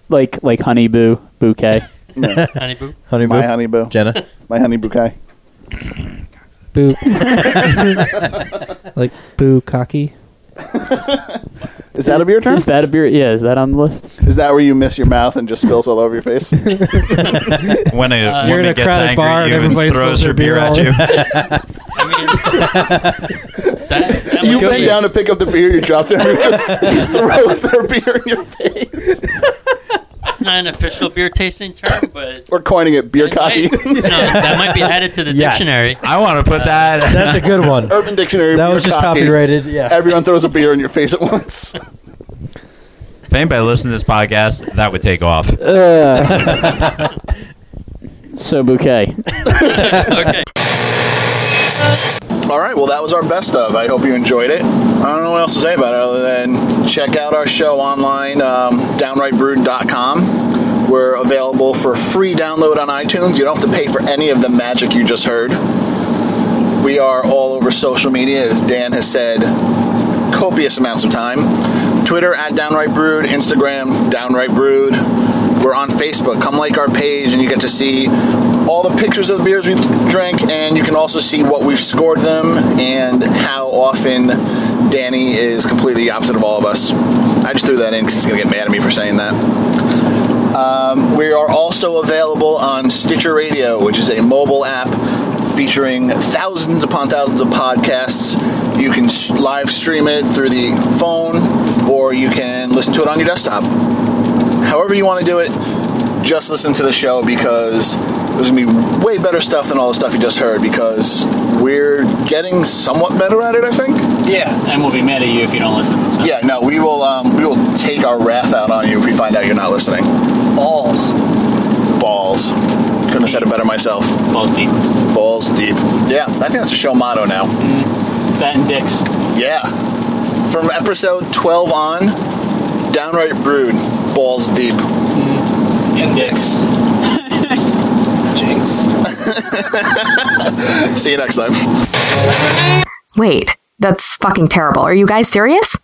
S14: Like, like honey boo, bouquet.
S1: No,
S13: Honey boo.
S10: Honey
S1: my
S10: boo?
S1: honey boo.
S10: Jenna?
S1: My honey bouquet.
S9: Boo. like boo cocky.
S1: Is that a beer term?
S14: Is that a beer? Yeah, is that on the list?
S1: Is that where you miss your mouth and just spills all over your face?
S24: When a
S9: Uh, You're
S24: woman
S9: in a
S24: gets
S9: crowded
S24: angry at
S9: bar and
S24: you and
S9: everybody's
S24: throws
S9: supposed
S24: her
S9: to
S24: beer
S9: beer
S24: at
S9: all
S24: you.
S13: I mean, that, that
S1: You
S13: might
S1: bend
S13: be-
S1: down to pick up the beer you dropped and just throws their beer in your face.
S13: That's
S12: not an official beer tasting term, but
S1: We're coining it beer cocky.
S12: no, that might be added to the
S1: Yes.
S12: dictionary.
S6: I want to put that.
S9: Uh,
S1: That's a good one. Urban Dictionary.
S12: That
S1: beer
S12: was just
S1: cocky.
S12: copyrighted, yeah.
S1: Everyone throws a beer in your face at once.
S6: If anybody listened to this podcast, that would take off.
S14: Uh, so bouquet.
S1: okay. All right. Well, that was our best of. I hope you enjoyed it. I don't know what else to say about it other than check out our show online, um, downrightbrewed.com. We're available for free download on iTunes. You don't have to pay for any of the magic you just heard. We are all over social media, as Dan has said copious amounts of time. Twitter at Downright Brewed, Instagram Downright Brewed. We're on Facebook. Come like our page, and you get to see all the pictures of the beers we've drank, and you can also see what we've scored them and how often Danny is completely the opposite of all of us. I just threw that in because he's gonna get mad at me for saying that. Um, we are also available on Stitcher Radio, which is a mobile app featuring thousands upon thousands of podcasts. You can s live stream it through the phone, or you can listen to it on your desktop. However, you want to do it, just listen to the show because there's going to be way better stuff than all the stuff you just heard because we're getting somewhat better at it, I think.
S8: Yeah, and we'll be mad at you if you don't listen. So.
S1: Yeah, no, we will um, we will take our wrath out on you if we find out you're not listening. Balls. Balls. Couldn't have said it better myself. Balls deep. Balls deep. Yeah, I think that's the show motto now. That and dicks. Yeah. From episode 12 on, downright brewed, balls deep. And dicks. Jinx. See you next time.
S25: Wait, that's fucking terrible. Are you guys serious?